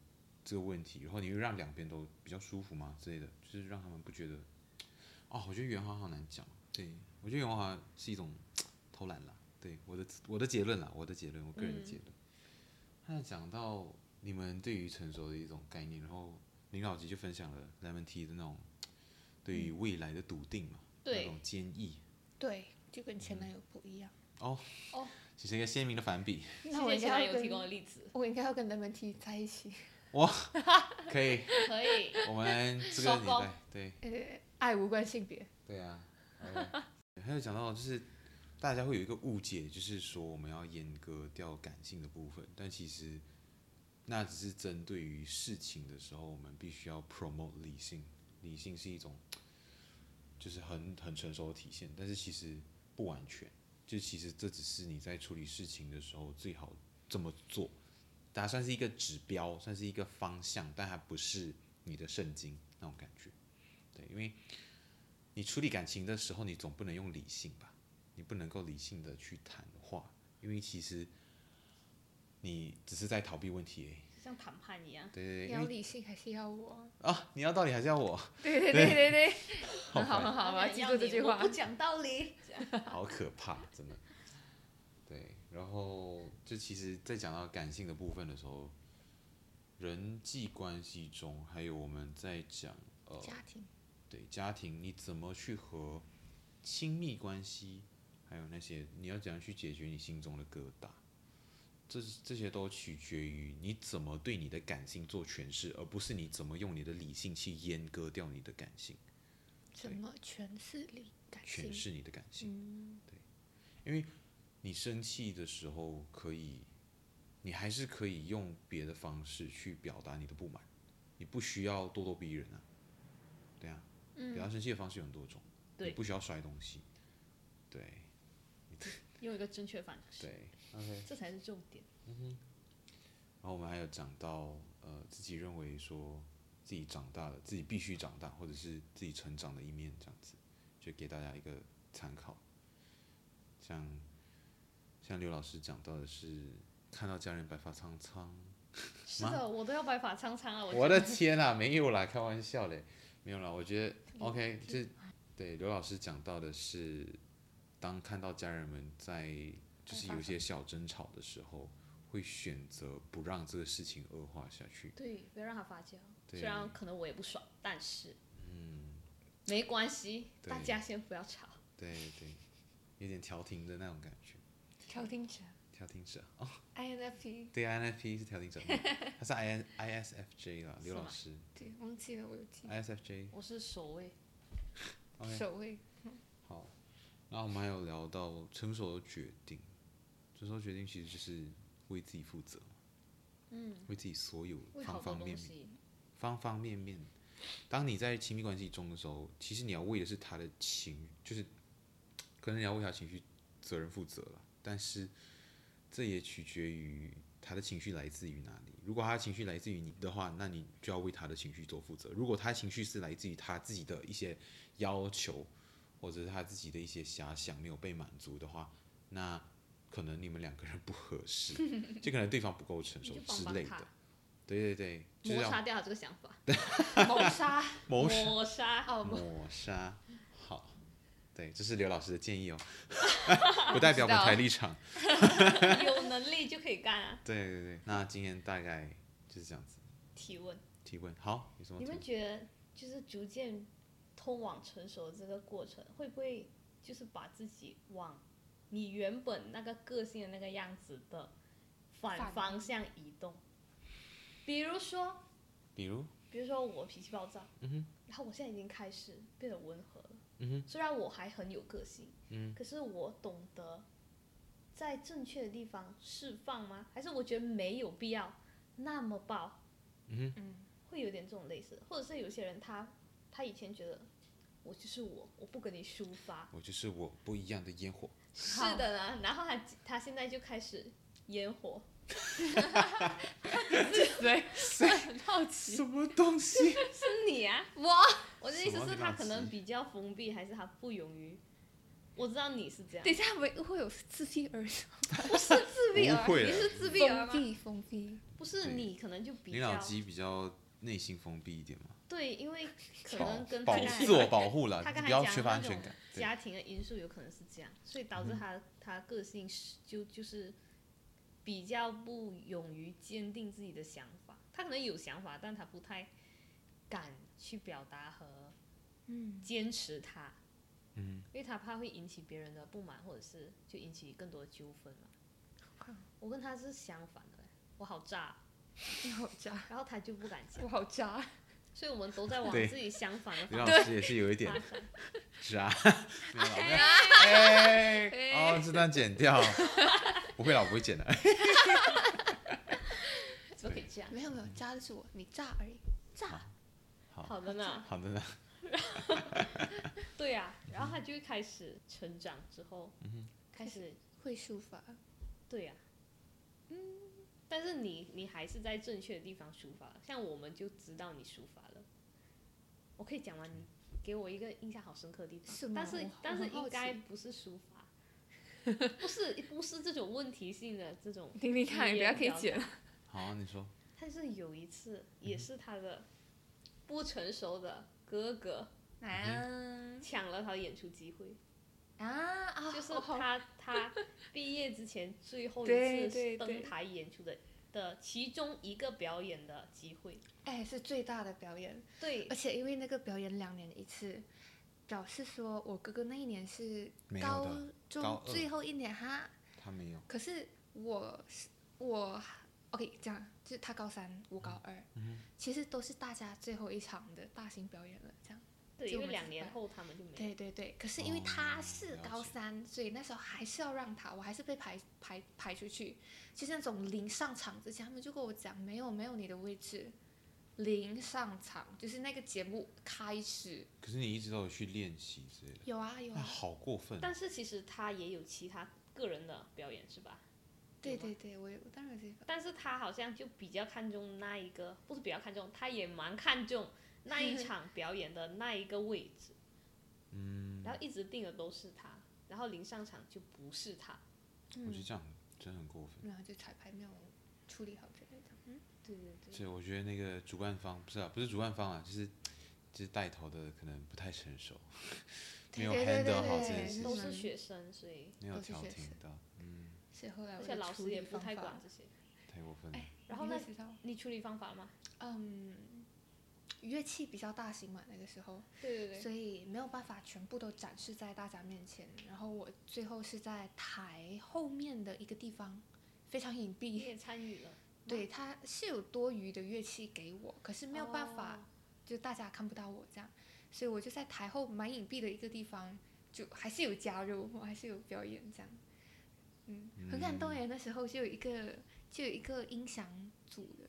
[SPEAKER 1] 这个问题，然后你会让两边都比较舒服吗？之类的，就是让他们不觉得。哦，我觉得圆滑好难讲。对，我觉得圆滑是一种偷懒啦。对，我的我的结论啦，我的结论，我个人的结论。那讲到你们对于成熟的一种概念，然后林老吉就分享了 Lemon Tea 的那种对于未来的笃定嘛，那
[SPEAKER 3] 对
[SPEAKER 1] 种坚毅，
[SPEAKER 2] 对，就跟前男友不一样。
[SPEAKER 1] 形成一个鲜明的反比。
[SPEAKER 3] 那我
[SPEAKER 2] 我应
[SPEAKER 3] 前
[SPEAKER 2] 该
[SPEAKER 3] 男
[SPEAKER 2] 要
[SPEAKER 3] 友提供
[SPEAKER 2] 跟
[SPEAKER 3] 的例子，
[SPEAKER 2] 我应该要跟 Lemon T 在一起，
[SPEAKER 1] 可以，
[SPEAKER 3] 可以。
[SPEAKER 1] 我们这个
[SPEAKER 3] 收
[SPEAKER 1] 年
[SPEAKER 3] 工
[SPEAKER 1] 代，对
[SPEAKER 2] 呃，爱无关性别，
[SPEAKER 1] 对啊，好的 还有讲到就是大家会有一个误解，就是说我们要阉割掉感性的部分，但其实那只是针对于事情的时候，我们必须要 promote 理性，理性是一种就是很很成熟的体现，但是其实不完全，就其实这只是你在处理事情的时候最好这么做，它算是一个指标，算是一个方向，但它不是你的圣经那种感觉，对，因为。你处理感情的时候，你总不能用理性吧？你不能够理性的去谈话，因为其实你只是在逃避问题而已。
[SPEAKER 3] 就像谈判一样。
[SPEAKER 1] 对对对，因
[SPEAKER 2] 要
[SPEAKER 1] 为
[SPEAKER 2] 理性还是要我？
[SPEAKER 1] 啊，你要道理还是要我，
[SPEAKER 2] 对对对对对，很好
[SPEAKER 1] 烦
[SPEAKER 2] 很好，我
[SPEAKER 3] 他
[SPEAKER 2] 要
[SPEAKER 3] 们
[SPEAKER 2] 记
[SPEAKER 3] 要
[SPEAKER 2] 住这
[SPEAKER 3] 你
[SPEAKER 2] 句
[SPEAKER 3] 我
[SPEAKER 2] 话
[SPEAKER 3] 不。讲道理。
[SPEAKER 1] 好可怕，真的。对，然后就其实，在讲到感性的部分的时候，人际关系中，还有我们在讲呃
[SPEAKER 2] 家庭，
[SPEAKER 1] 对家庭，你怎么去和亲密关系，还有那些你要怎样去解决你心中的疙瘩，这是这些都取决于你怎么对你的感性做诠释，而不是你怎么用你的理性去阉割掉你的感性，
[SPEAKER 2] 怎么诠释理感
[SPEAKER 1] 诠
[SPEAKER 2] 性？
[SPEAKER 1] 释你的感性。
[SPEAKER 2] 嗯，
[SPEAKER 1] 你生气的时候可以，你还是可以用别的方式去表达你的不满，你不需要咄咄逼人啊，对啊，
[SPEAKER 2] 嗯
[SPEAKER 1] 表达生气的方式有很多种，
[SPEAKER 3] 对
[SPEAKER 1] 你不需要摔东西，对
[SPEAKER 3] 用一个正确方式，
[SPEAKER 1] 对，OK。
[SPEAKER 3] 这才是重点。
[SPEAKER 1] 然后我们还有讲到，呃，自己认为说自己长大了，自己必须长大，或者是自己成长的一面，这样子，就给大家一个参考。像像刘老师讲到的是，看到家人白发苍苍，
[SPEAKER 3] 是的，我都要白发苍苍了。
[SPEAKER 1] 我
[SPEAKER 3] 我
[SPEAKER 1] 的
[SPEAKER 3] 觉得
[SPEAKER 1] 天啊，没有啦，开玩笑嘞，没有啦。我觉得
[SPEAKER 3] 挺
[SPEAKER 1] OK，
[SPEAKER 3] 挺
[SPEAKER 1] 这对刘老师讲到的是，当看到家人们在就是有些小争吵的时候，会选择不让这个事情恶化下去。
[SPEAKER 3] 对，不要让它发酵。
[SPEAKER 1] 对嗯
[SPEAKER 3] 虽然可能我也不爽，但是没关系，
[SPEAKER 1] 对
[SPEAKER 3] 大家先不要吵。
[SPEAKER 1] 对对，有点调停的那种感觉，
[SPEAKER 2] 调停者
[SPEAKER 1] 调停者哦，
[SPEAKER 2] ，INFP，
[SPEAKER 1] 对，INFP 是调停者吗，他是 IN ISFJ 啦，刘
[SPEAKER 3] 是
[SPEAKER 1] 老
[SPEAKER 3] 吗
[SPEAKER 1] 师
[SPEAKER 2] 对，忘记了我有记
[SPEAKER 1] ISFJ
[SPEAKER 3] 我是守卫，
[SPEAKER 1] OK。
[SPEAKER 2] 守卫，
[SPEAKER 1] 好，那我们还有聊到成熟的决定，成熟的决定其实就是为自己负责，嗯，为自己所有
[SPEAKER 3] 为好
[SPEAKER 1] 方
[SPEAKER 3] 多
[SPEAKER 1] 方面
[SPEAKER 3] 东
[SPEAKER 1] 面、
[SPEAKER 3] 西。
[SPEAKER 1] 方方面面。当你在亲密关系中的时候，其实你要为的是他的情，就是可能你要为他情绪责任负责了，但是这也取决于他的情绪来自于哪里。如果他的情绪来自于你的话，那你就要为他的情绪做负责；如果他情绪是来自于他自己的一些要求，或者是他自己的一些遐想没有被满足的话，那可能你们两个人不合适， 就可能对方不够成
[SPEAKER 3] 你
[SPEAKER 1] 熟
[SPEAKER 3] 就帮
[SPEAKER 1] 之
[SPEAKER 3] 帮
[SPEAKER 1] 类
[SPEAKER 3] 他
[SPEAKER 1] 的。对对对，就是
[SPEAKER 3] 摩
[SPEAKER 1] 要
[SPEAKER 3] 擦掉他这个想 法，
[SPEAKER 2] 谋杀，
[SPEAKER 1] 谋杀
[SPEAKER 3] 抹杀哦，不
[SPEAKER 1] 抹杀。好，对，这是刘老师的建 议哦，不代表
[SPEAKER 2] 知
[SPEAKER 1] 本
[SPEAKER 2] 道
[SPEAKER 1] 台立场。
[SPEAKER 3] 有能力就可以干啊。
[SPEAKER 1] 对对对，那今天大概就是这样子。
[SPEAKER 3] 提问，
[SPEAKER 1] 提问好，有什么
[SPEAKER 3] 你
[SPEAKER 1] 提问？
[SPEAKER 3] 们觉得就是逐渐通往成熟的这个过程，会不会就是把自己往你原本那个个性的那个样子的反
[SPEAKER 2] 反
[SPEAKER 3] 方向移动？比如说，
[SPEAKER 1] 比如，
[SPEAKER 3] 比如说我脾气暴躁，
[SPEAKER 1] 嗯
[SPEAKER 3] 然后我现在已经开始变得温和了，虽然我还很有个性，
[SPEAKER 1] 嗯
[SPEAKER 3] 可是我懂得在正确的地方释放吗？还是我觉得没有必要那么暴，
[SPEAKER 1] 嗯
[SPEAKER 3] 嗯会有点这种类似，或者是有些人他他以前觉得我就是我，我不跟你抒发，
[SPEAKER 1] 我就是我不一样的烟火。
[SPEAKER 3] 是
[SPEAKER 2] 好
[SPEAKER 3] 的呢，然后他他现在就开始烟火，
[SPEAKER 2] 谁？很好奇，
[SPEAKER 1] 什么东西？
[SPEAKER 3] 是你啊，我我的意
[SPEAKER 1] 什
[SPEAKER 3] 思
[SPEAKER 1] 么
[SPEAKER 3] 是
[SPEAKER 1] 垃
[SPEAKER 3] 他
[SPEAKER 1] 圾
[SPEAKER 3] 可能比较封闭，还是他不勇于。我知道你是这样
[SPEAKER 2] 等，一下会会有自闭儿
[SPEAKER 3] 不是自闭儿，
[SPEAKER 1] 不会
[SPEAKER 3] 你
[SPEAKER 1] 啦
[SPEAKER 3] 是自闭啊
[SPEAKER 2] 封
[SPEAKER 3] 儿吗？
[SPEAKER 2] 闭封闭，
[SPEAKER 3] 不是
[SPEAKER 1] 对
[SPEAKER 3] 你，可能就比
[SPEAKER 1] 你老
[SPEAKER 3] 较
[SPEAKER 1] 鸡比较内心封闭一点嘛，
[SPEAKER 3] 对，因为可
[SPEAKER 1] 保
[SPEAKER 3] 能跟
[SPEAKER 1] 保
[SPEAKER 3] 他刚才
[SPEAKER 1] 自我保护了，
[SPEAKER 3] 他刚
[SPEAKER 1] 比
[SPEAKER 3] 才
[SPEAKER 1] 较
[SPEAKER 3] 讲
[SPEAKER 1] 缺乏
[SPEAKER 3] 那
[SPEAKER 1] 安全
[SPEAKER 3] 种
[SPEAKER 1] 感。对，
[SPEAKER 3] 家庭的因素有可能是这样，所以导致
[SPEAKER 1] 嗯
[SPEAKER 3] 他、他个性是就就是比较不勇于坚定自己的想法。他可能有想法，但他不太敢去表达和
[SPEAKER 2] 嗯，
[SPEAKER 3] 坚持他， 嗯，因为他怕会引起别人的不满，或者是就引起更多的纠纷嘛。我跟他是相反的，我好炸，
[SPEAKER 2] 你好 渣，
[SPEAKER 3] 然后他就不敢讲，
[SPEAKER 2] 我好渣，
[SPEAKER 3] 所以我们都在往
[SPEAKER 1] 对
[SPEAKER 3] 自己相反的
[SPEAKER 1] 刘
[SPEAKER 3] 方
[SPEAKER 1] 老
[SPEAKER 3] 向
[SPEAKER 1] 师也是有一点
[SPEAKER 3] 发展。
[SPEAKER 1] 渣，没有啦没有
[SPEAKER 2] 呀，
[SPEAKER 1] 哎 哦段剪掉，不会啦，我不会剪的。
[SPEAKER 3] 怎么可以这样？
[SPEAKER 2] 没有没有，炸的是我，你炸而已，炸。
[SPEAKER 1] 好，
[SPEAKER 3] 啊好的呢，
[SPEAKER 1] 好的呢。
[SPEAKER 3] 对啊，然后他就会开始成长之后，嗯开始
[SPEAKER 2] 会书法，
[SPEAKER 3] 对啊呀、嗯，但是你你还是在正确的地方抒发，像我们就知道你抒发了。我可以讲完，你给我一个印象好深刻的地方，
[SPEAKER 2] 是吗
[SPEAKER 3] 但是
[SPEAKER 2] 我
[SPEAKER 3] 但
[SPEAKER 2] 我
[SPEAKER 3] 是
[SPEAKER 2] 很好
[SPEAKER 3] 应该不是抒发， 不是不是这种问题性的这种，
[SPEAKER 4] 听听看，
[SPEAKER 3] 你
[SPEAKER 4] 不
[SPEAKER 3] 也
[SPEAKER 4] 要可以
[SPEAKER 3] 了解
[SPEAKER 4] 剪了。
[SPEAKER 1] 好，你说。
[SPEAKER 3] 但是有一次也是他的不成熟的哥哥
[SPEAKER 4] 啊
[SPEAKER 3] 抢了他的演出机会，
[SPEAKER 4] 啊
[SPEAKER 2] 哦
[SPEAKER 4] 啊！
[SPEAKER 3] 就是
[SPEAKER 4] 我好
[SPEAKER 3] 他他 毕业之前最后一
[SPEAKER 4] 对
[SPEAKER 3] 次
[SPEAKER 4] 对
[SPEAKER 3] 登
[SPEAKER 4] 对
[SPEAKER 3] 台演出的的其中一个表演的机会。
[SPEAKER 2] 哎，是最大的表演，
[SPEAKER 3] 对
[SPEAKER 2] 而且因为那个表演两年一次，表示说我哥哥那一年是
[SPEAKER 1] 没有
[SPEAKER 2] 高
[SPEAKER 1] 的高
[SPEAKER 2] 中
[SPEAKER 1] 二
[SPEAKER 2] 最后一年哈，
[SPEAKER 1] 他没有，
[SPEAKER 2] 可是我是我 OK 这样，就是他高三，我高二，
[SPEAKER 1] 嗯
[SPEAKER 2] 其实都是大家最后一场的大型表演了，这样。
[SPEAKER 3] 对，
[SPEAKER 2] 就
[SPEAKER 3] 因为
[SPEAKER 2] 我们
[SPEAKER 3] 两
[SPEAKER 2] 自
[SPEAKER 3] 年
[SPEAKER 2] 办
[SPEAKER 3] 后他们就没有。
[SPEAKER 2] 对对对，可是因为
[SPEAKER 1] 哦
[SPEAKER 2] 他是
[SPEAKER 1] 了
[SPEAKER 2] 高
[SPEAKER 1] 解
[SPEAKER 2] 三，所以那时候还是要让他，我还是被排排排出去。就是那种临上场之前，他们就跟我讲，没有没有你的位置，临上场就是那个节目开始。
[SPEAKER 1] 可是你一直都有去练习之类的，
[SPEAKER 2] 有啊有
[SPEAKER 1] 那
[SPEAKER 2] 啊，
[SPEAKER 1] 好过分哦。
[SPEAKER 3] 但是其实他也有其他个人的表演，是吧？
[SPEAKER 2] 对
[SPEAKER 3] 有
[SPEAKER 1] 啊
[SPEAKER 3] 吗
[SPEAKER 2] 对对，我有我当然有这个。
[SPEAKER 3] 但是他好像就比较看重那一个，不是比较看重，他也蛮看重那一场表演的那一个位置。嗯。然后一直定的都是他，然后临上场就不是他。
[SPEAKER 1] 我觉得
[SPEAKER 2] 嗯，
[SPEAKER 1] 这样真的很过分。
[SPEAKER 2] 然后就彩排没有处理好之类的。嗯，
[SPEAKER 3] 对对对。
[SPEAKER 1] 所以我觉得那个主办方不是啊，不是主办方啊，就是就是带头的可能不太成熟，没有
[SPEAKER 2] 对对
[SPEAKER 1] handle
[SPEAKER 2] 对
[SPEAKER 1] 好这
[SPEAKER 2] 对
[SPEAKER 1] 件事
[SPEAKER 3] 都
[SPEAKER 1] 情，
[SPEAKER 3] 是
[SPEAKER 2] 嗯
[SPEAKER 3] 学生，所以
[SPEAKER 1] 没有
[SPEAKER 2] 都是
[SPEAKER 1] 调
[SPEAKER 2] 学
[SPEAKER 1] 停到，嗯，
[SPEAKER 2] 所以后来
[SPEAKER 3] 而
[SPEAKER 2] 我
[SPEAKER 3] 且
[SPEAKER 2] 的
[SPEAKER 3] 老
[SPEAKER 2] 呃处
[SPEAKER 3] 师也
[SPEAKER 2] 理
[SPEAKER 3] 不
[SPEAKER 2] 方
[SPEAKER 3] 太
[SPEAKER 2] 法
[SPEAKER 3] 管这些。
[SPEAKER 1] 太过分了。
[SPEAKER 2] 哎，
[SPEAKER 3] 然后
[SPEAKER 2] 你会
[SPEAKER 3] 那
[SPEAKER 2] 知道，
[SPEAKER 3] 你处理方法吗？
[SPEAKER 2] 嗯，乐器比较大型嘛，那个时候，
[SPEAKER 3] 对对对。
[SPEAKER 2] 所以没有办法全部都展示在大家面前。然后我最后是在台后面的一个地方，非常隐
[SPEAKER 3] 你
[SPEAKER 2] 蔽。
[SPEAKER 3] 也参与了，
[SPEAKER 2] 对，它是有多余的乐器给我，可是没有办法，
[SPEAKER 3] 哦
[SPEAKER 2] 就大家看不到我这样，所以我就在台后蛮隐蔽的一个地方，就还是有加入，我还是有表演这样。嗯，很感动耶！那时候就有一个就有一个音响组的，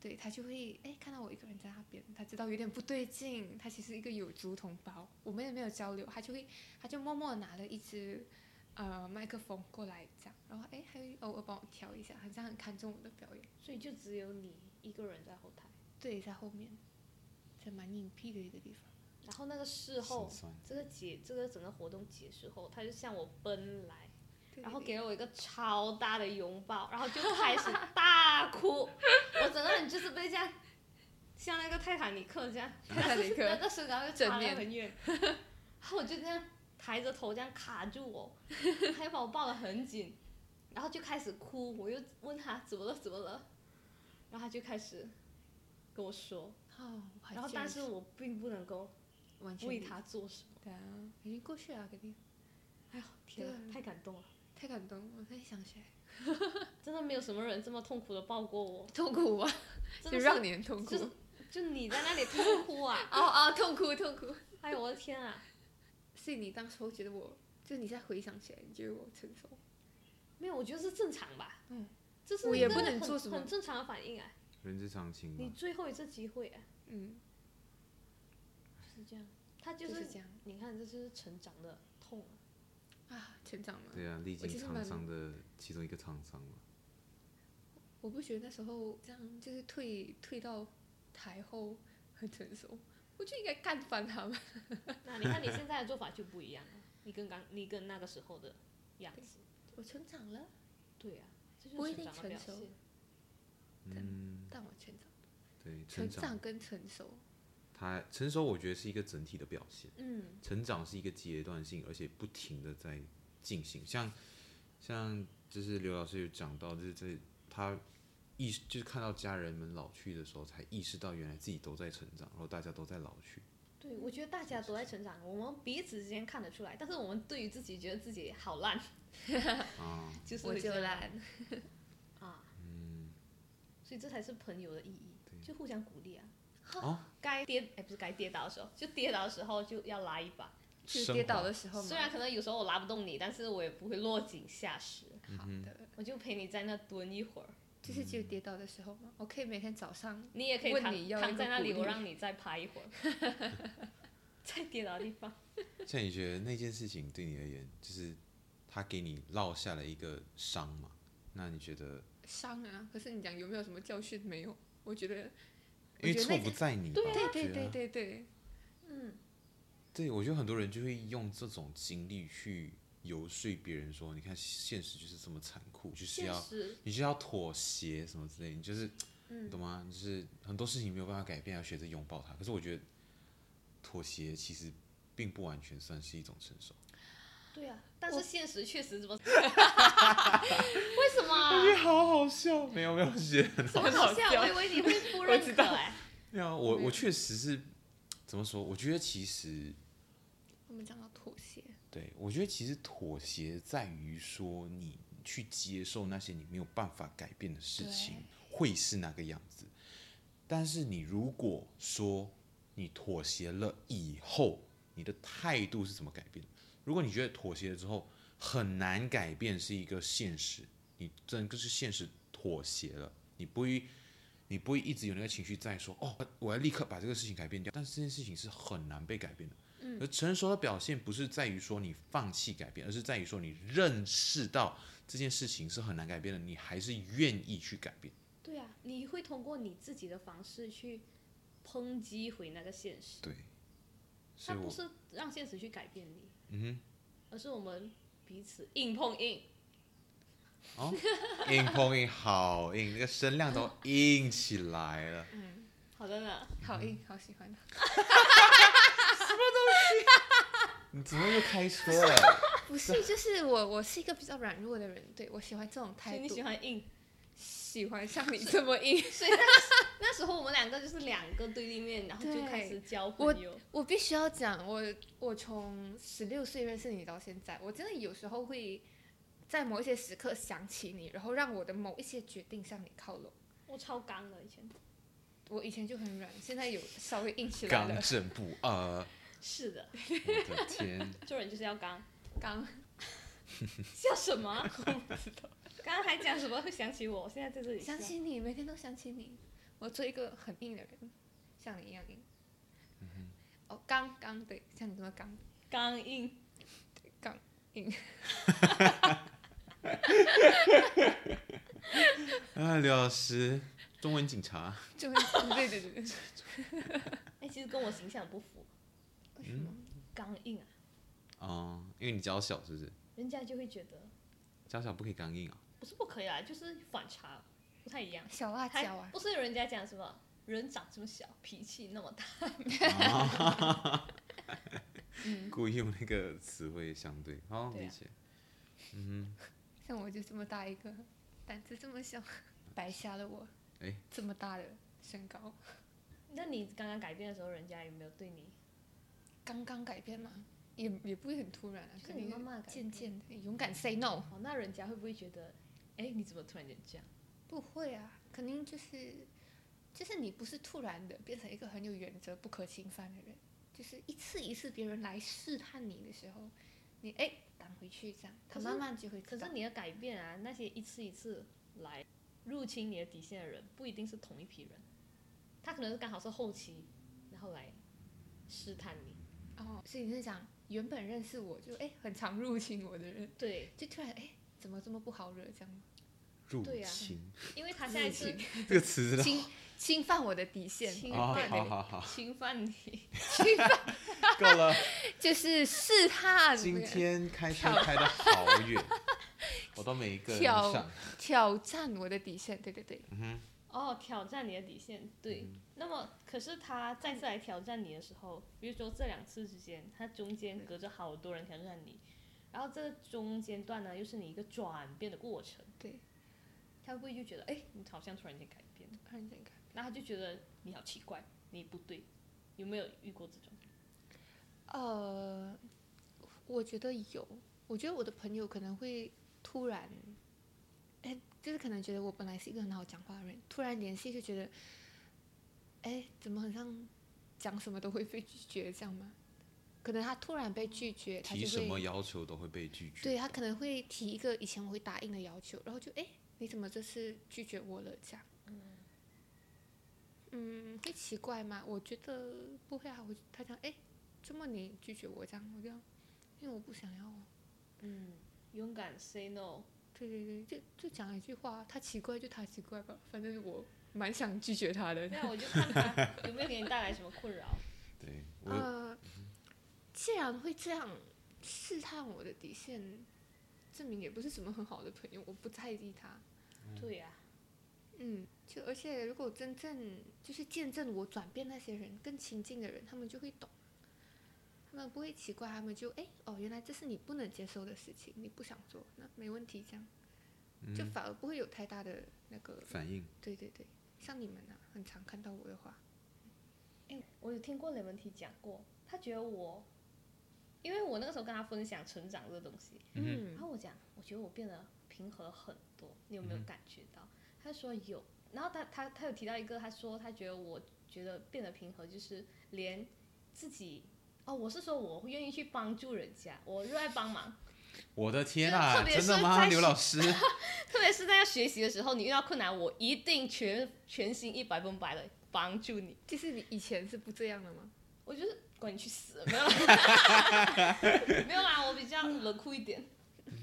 [SPEAKER 2] 对他就会哎看到我一个人在那边，他知道有点不对劲，他其实一个有族同胞，我们也没有交流，他就会他就默默地拿了一支呃麦克风过来这样，然后哎还会偶尔帮我调一下，好像很看重我的表演。
[SPEAKER 3] 哦，所以就只有你一个人在后台。
[SPEAKER 2] 对，在后面，在蛮隐蔽的一个地方。
[SPEAKER 3] 然后那个事
[SPEAKER 1] 心
[SPEAKER 3] 后，
[SPEAKER 1] 酸，
[SPEAKER 3] 这个结这个整个活动结束后，他就向我奔来，
[SPEAKER 2] 对
[SPEAKER 3] 然后
[SPEAKER 2] 对
[SPEAKER 3] 给了我一个超大的拥抱，然后就开始大哭，我整个人就是被这样，像那个泰坦尼克这样，
[SPEAKER 4] 泰坦尼克
[SPEAKER 3] 那个手然后就
[SPEAKER 4] 正
[SPEAKER 3] 插得
[SPEAKER 4] 面
[SPEAKER 3] 很远，然后我就这样抬着头这样卡住我，他又把我抱得很紧，然后就开始哭，我又问他怎么了怎么了，然后他就开始跟我说，
[SPEAKER 2] 哦，我还
[SPEAKER 3] 然后
[SPEAKER 2] 记得
[SPEAKER 3] 但是我并不能够
[SPEAKER 2] 完全
[SPEAKER 3] 为
[SPEAKER 2] 理
[SPEAKER 3] 他做什么。
[SPEAKER 2] 对啊，已经过去了，肯定
[SPEAKER 3] 哎呦天
[SPEAKER 2] 对
[SPEAKER 3] 啊，
[SPEAKER 2] 啊
[SPEAKER 3] 太感动了！
[SPEAKER 2] 太感动了，我在想起来
[SPEAKER 3] 真的没有什么人这么痛苦的抱过我，
[SPEAKER 4] 痛苦啊，
[SPEAKER 3] 真
[SPEAKER 4] 就
[SPEAKER 3] 的是
[SPEAKER 4] 让你很痛苦
[SPEAKER 3] 就。是就你在那里痛哭啊！
[SPEAKER 4] 哦哦，痛苦痛苦。
[SPEAKER 3] 哎呦我的天啊！
[SPEAKER 2] 所以你当时候觉得我，就你现在回想起来，你觉得我成熟？
[SPEAKER 3] 没有，我觉得是正常吧。
[SPEAKER 2] 嗯，
[SPEAKER 3] 这是
[SPEAKER 2] 我
[SPEAKER 3] 一
[SPEAKER 2] 也
[SPEAKER 3] 个
[SPEAKER 2] 不能
[SPEAKER 3] 很
[SPEAKER 2] 做什么
[SPEAKER 3] 很正常的反应啊。
[SPEAKER 1] 人之常情
[SPEAKER 3] 你
[SPEAKER 1] 嘛。
[SPEAKER 3] 最后一次机会啊，
[SPEAKER 2] 嗯，
[SPEAKER 3] 是这样。他就、
[SPEAKER 2] 就是是这样
[SPEAKER 3] 你看，这就是成长的痛啊。
[SPEAKER 2] 啊，成长嘛。
[SPEAKER 1] 对啊，历
[SPEAKER 2] 我其
[SPEAKER 1] 经
[SPEAKER 2] 实
[SPEAKER 1] 沧
[SPEAKER 2] 蛮
[SPEAKER 1] 桑的其中一个沧桑嘛。
[SPEAKER 2] 我不觉得那时候这样，就是退退到台后很成熟，我就应该干翻他们。
[SPEAKER 3] 那你看你现在的做法就不一样了，你跟刚你跟那个时候的样子，
[SPEAKER 2] 我成长了，
[SPEAKER 3] 对啊，这就
[SPEAKER 2] 不
[SPEAKER 3] 是
[SPEAKER 2] 一
[SPEAKER 3] 成
[SPEAKER 2] 定
[SPEAKER 3] 长的表
[SPEAKER 2] 成熟
[SPEAKER 3] 现。
[SPEAKER 1] 嗯，
[SPEAKER 2] 但我成长，
[SPEAKER 1] 对，成
[SPEAKER 2] 成
[SPEAKER 1] 长，
[SPEAKER 2] 长跟成熟，
[SPEAKER 1] 它成熟，我觉得是一个整体的表现。
[SPEAKER 3] 嗯，
[SPEAKER 1] 成长是一个阶段性，而且不停的在进行。像像就是刘老师有讲到，就是这他意识就是看到家人们老去的时候，才意识到原来自己都在成长，然后大家都在老去。
[SPEAKER 3] 对，我觉得大家都在成长，我们彼此之间看得出来，但是我们对于自己觉得自己好烂，
[SPEAKER 1] 啊，
[SPEAKER 3] 就是
[SPEAKER 2] 我
[SPEAKER 3] 会
[SPEAKER 2] 就
[SPEAKER 3] 这样
[SPEAKER 2] 懒。
[SPEAKER 3] 啊，
[SPEAKER 1] 嗯，
[SPEAKER 3] 所以这才是朋友的意义，
[SPEAKER 1] 对
[SPEAKER 3] 就互相鼓励啊。
[SPEAKER 1] 哦，
[SPEAKER 3] 该跌哎，不是该跌倒的时候，就跌倒的时候就要来一把，
[SPEAKER 4] 就是跌倒的时
[SPEAKER 2] 哦
[SPEAKER 4] 候嘛。
[SPEAKER 3] 虽然可能有时候我拉不动你，但是我也不会落井下石，
[SPEAKER 2] 好的，
[SPEAKER 3] 我就陪你在那蹲一会儿。
[SPEAKER 2] 就是只有跌倒的时候嘛。我可以每天早上
[SPEAKER 3] 你也可以
[SPEAKER 2] 问
[SPEAKER 3] 躺
[SPEAKER 2] 你要一
[SPEAKER 3] 躺
[SPEAKER 2] 个
[SPEAKER 3] 在那里，
[SPEAKER 2] 鼓
[SPEAKER 3] 我
[SPEAKER 2] 励
[SPEAKER 3] 让你再趴一会儿，在跌倒的地方。
[SPEAKER 1] 像你觉得那件事情对你而言，就是他给你落下了一个伤嘛？那你觉得，
[SPEAKER 2] 伤啊，可是你讲有没有什么教训没有？我觉得，我
[SPEAKER 1] 因为
[SPEAKER 2] 觉得
[SPEAKER 1] 错
[SPEAKER 2] 那
[SPEAKER 1] 不
[SPEAKER 2] 个
[SPEAKER 1] 在你吧，
[SPEAKER 3] 对啊
[SPEAKER 1] 我
[SPEAKER 2] 对
[SPEAKER 1] 觉
[SPEAKER 2] 对
[SPEAKER 1] 得
[SPEAKER 2] 对对对，
[SPEAKER 1] 对，我觉得很多人就会用这种经历去游说别人说，你看现实就是这么残酷，就是
[SPEAKER 3] 现
[SPEAKER 1] 要
[SPEAKER 3] 实，
[SPEAKER 1] 你就要妥协什么之类，你就是，
[SPEAKER 2] 嗯
[SPEAKER 1] 你懂吗？就是很多事情没有办法改变，要学着拥抱它。可是我觉得妥协其实并不完全算是一种成熟，
[SPEAKER 3] 对啊，但是
[SPEAKER 2] 我
[SPEAKER 3] 现实确实怎么？ 为什么啊？
[SPEAKER 1] 哎好好笑，没有没有我觉得
[SPEAKER 3] 怎么好笑？我以为你会不认可哎。
[SPEAKER 1] 对啊，我我确实是怎么说？我觉得其实
[SPEAKER 2] 我们讲到妥协，
[SPEAKER 1] 对，我觉得其实妥协在于说你去接受那些你没有办法改变的事情会是那个样子，但是你如果说你妥协了以后，你的态度是怎么改变？如果你觉得妥协了之后很难改变是一个现实，你真的是现实妥协了，你不会。你不会一直有那个情绪在说哦，我要立刻把这个事情改变掉，但是这件事情是很难被改变的。而成熟的表现不是在于说你放弃改变，而是在于说你认识到这件事情是很难改变的，你还是愿意去改变。
[SPEAKER 3] 对啊，你会通过你自己的方式去抨击回那个现实，
[SPEAKER 1] 对，所
[SPEAKER 3] 它
[SPEAKER 1] 以
[SPEAKER 3] 不
[SPEAKER 1] 我
[SPEAKER 3] 是让现实去改变你，
[SPEAKER 1] 嗯
[SPEAKER 3] 而是我们彼此硬碰硬。
[SPEAKER 1] 哦哼，硬碰硬好硬，那个声量都硬起来了。
[SPEAKER 2] 嗯，
[SPEAKER 3] 好的呢，
[SPEAKER 2] 好硬，好喜欢。
[SPEAKER 1] 你怎么又开车了？
[SPEAKER 2] 不是，就是我，我是一个比较软弱的人，对我喜欢这种
[SPEAKER 3] 所
[SPEAKER 2] 态
[SPEAKER 3] 以
[SPEAKER 2] 度，
[SPEAKER 3] 你喜 欢硬，
[SPEAKER 2] 喜欢像你这么硬。
[SPEAKER 3] 所以那时那时候我们两个就是两个对立面，然后就
[SPEAKER 2] 对
[SPEAKER 3] 开始交朋友。
[SPEAKER 2] 我必须要讲，我我从十六岁认识你到现在，我真的有时候会在某一些时刻想起你，然后让我的某一些决定向你靠拢。
[SPEAKER 3] 我超刚的以前，
[SPEAKER 2] 我以前就很软，现在有稍微硬起来
[SPEAKER 1] 刚
[SPEAKER 2] 了。
[SPEAKER 1] 正不阿，
[SPEAKER 3] 是的，
[SPEAKER 1] 我的天！
[SPEAKER 3] 做人就是要刚。
[SPEAKER 2] 刚
[SPEAKER 3] 笑什 么啊？ 刚刚还讲什么会想起我？现在在这里笑
[SPEAKER 2] 想起你，每天都想起你。我做一个很硬的人，像你一样硬。
[SPEAKER 3] 嗯
[SPEAKER 2] 哦，刚刚对，像你这么刚
[SPEAKER 3] 刚硬，
[SPEAKER 2] 刚。
[SPEAKER 1] 啊，刘老师，中文警察，
[SPEAKER 2] 就会 对对对 对，
[SPEAKER 3] 哎，其实跟我形象不符。
[SPEAKER 2] 为什么？
[SPEAKER 3] 刚硬啊，
[SPEAKER 1] 嗯哦、因为你娇小是不是？
[SPEAKER 3] 人家就会觉得
[SPEAKER 1] 娇小不可以刚硬啊。
[SPEAKER 3] 不是不可以啦，就是反差不太一样。
[SPEAKER 2] 小辣
[SPEAKER 3] 还
[SPEAKER 2] 椒啊，
[SPEAKER 3] 不是有人家讲什么人长这么小，脾气那么大， 嗯
[SPEAKER 1] 故意用那个词汇相对，好
[SPEAKER 3] 对啊
[SPEAKER 1] 理解。嗯
[SPEAKER 2] 像我就这么大一个，胆子这么小，白瞎了我。
[SPEAKER 1] 哎
[SPEAKER 2] 这么大的身高，
[SPEAKER 3] 那你刚刚改变的时候，人家有没有对你？
[SPEAKER 2] 刚刚改变嘛，也也不会很突然啊，
[SPEAKER 3] 就是
[SPEAKER 2] 肯
[SPEAKER 3] 你
[SPEAKER 2] 定
[SPEAKER 3] 慢慢改
[SPEAKER 2] 渐渐的勇敢 say no，
[SPEAKER 3] 哦，那人家会不会觉得，哎，你怎么突然间这样？
[SPEAKER 2] 不会啊，肯定就是就是你不是突然的变成一个很有原则、不可侵犯的人，就是一次一次别人来试探你的时候，你哎挡回去这样，他
[SPEAKER 3] 可是
[SPEAKER 2] 慢慢就会知
[SPEAKER 3] 可
[SPEAKER 2] 道
[SPEAKER 3] 是。你的改变啊，那些一次一次来入侵你的底线的人，不一定是同一批人，他可能是刚好是后期，然后来试探你。
[SPEAKER 2] 哦，所以你是讲原本认识我就哎很常入侵我的人，
[SPEAKER 3] 对，
[SPEAKER 2] 就突然哎怎么这么不好惹这样吗？
[SPEAKER 1] 入
[SPEAKER 3] 对啊
[SPEAKER 1] 侵、
[SPEAKER 3] 因为他现在是
[SPEAKER 1] 这个词真的
[SPEAKER 2] 侵 侵犯我的底线，
[SPEAKER 3] 侵
[SPEAKER 1] 哦，
[SPEAKER 3] 犯
[SPEAKER 1] 好
[SPEAKER 3] 你，
[SPEAKER 1] 好 好，
[SPEAKER 3] 侵犯你。
[SPEAKER 1] 够了。
[SPEAKER 2] 就是试探，
[SPEAKER 1] 今天开车
[SPEAKER 2] 跳
[SPEAKER 1] 开的好 远，我都没跟
[SPEAKER 2] 跳
[SPEAKER 1] 上。
[SPEAKER 2] 挑战我的底线，对对对，
[SPEAKER 1] 嗯哼，
[SPEAKER 3] 哦，挑战你的底线，对。那么，可是他再次来挑战你的时候，比如说这两次之间，他中间隔着好多人挑战你，然后这中间段呢，又是你一个转变的过程。
[SPEAKER 2] 对。
[SPEAKER 3] 他会不会就觉得，哎，你好像突然间改变了，
[SPEAKER 2] 突然间感
[SPEAKER 3] 然后他就觉得你好奇怪，你不对，有没有遇过这种？
[SPEAKER 2] 呃，我觉得有，我觉得我的朋友可能会突然，哎，就是可能觉得我本来是一个很好讲话的人，突然联系就觉得，哎，怎么很像讲什么都会被拒绝这样吗？可能他突然被拒绝，他
[SPEAKER 1] 提
[SPEAKER 2] 就
[SPEAKER 1] 什么
[SPEAKER 2] 会
[SPEAKER 1] 要求都会被拒绝。
[SPEAKER 3] 啊
[SPEAKER 2] 对他可能会提一个以前我会答应的要求，然后就哎，你怎么这次拒绝我了？这样，嗯，会奇怪吗？我觉得不会啊。我他讲哎，这么你拒绝我这样，我就因为我不想要啊。
[SPEAKER 3] 嗯，勇敢 say no，
[SPEAKER 2] 对对对，就就讲一句话，他奇怪就他奇怪吧，反正我蛮想拒绝他 的。
[SPEAKER 3] 那我就看他有没有给你带来什么困扰。
[SPEAKER 1] 对我、
[SPEAKER 3] 啊
[SPEAKER 2] 呃，既然会这样试探我的底线，证明也不是什么很好的朋友，我不在意他。
[SPEAKER 3] 对呀、
[SPEAKER 2] 嗯，就而且如果真正就是见证我转变那些人，更亲近的人，他们就会懂，他们不会奇怪，他们就哎哦，原来这是你不能接受的事情，你不想做，那没问题，这样就
[SPEAKER 1] 嗯
[SPEAKER 2] 反而不会有太大的那个。
[SPEAKER 1] 反应
[SPEAKER 2] 对对对，像你们啊，很常看到我的话，
[SPEAKER 3] 哎，我有听过雷文提讲过，他觉得我，因为我那个时候跟他分享成长这个东西，然
[SPEAKER 2] 嗯
[SPEAKER 3] 后我讲，我觉得我变得平和很多，你有没有感觉到？他说有，然后他他他有提到一个，他说他觉得我觉得变得平和，就是连自己。哦，我是说我愿意去帮助人家，我热爱帮忙，
[SPEAKER 1] 我的天
[SPEAKER 3] 就
[SPEAKER 1] 啊，
[SPEAKER 3] 特别
[SPEAKER 1] 真的
[SPEAKER 3] 是
[SPEAKER 1] 吗，
[SPEAKER 3] 在
[SPEAKER 1] 刘老师？
[SPEAKER 3] 特别是在要学习的时候，你遇到困难，我一定全全心一百分百的帮助你。
[SPEAKER 2] 就是你以前是不这样的吗？
[SPEAKER 3] 我就是管你去死，没有啦， 没有啦，我比较冷酷一点，
[SPEAKER 2] 嗯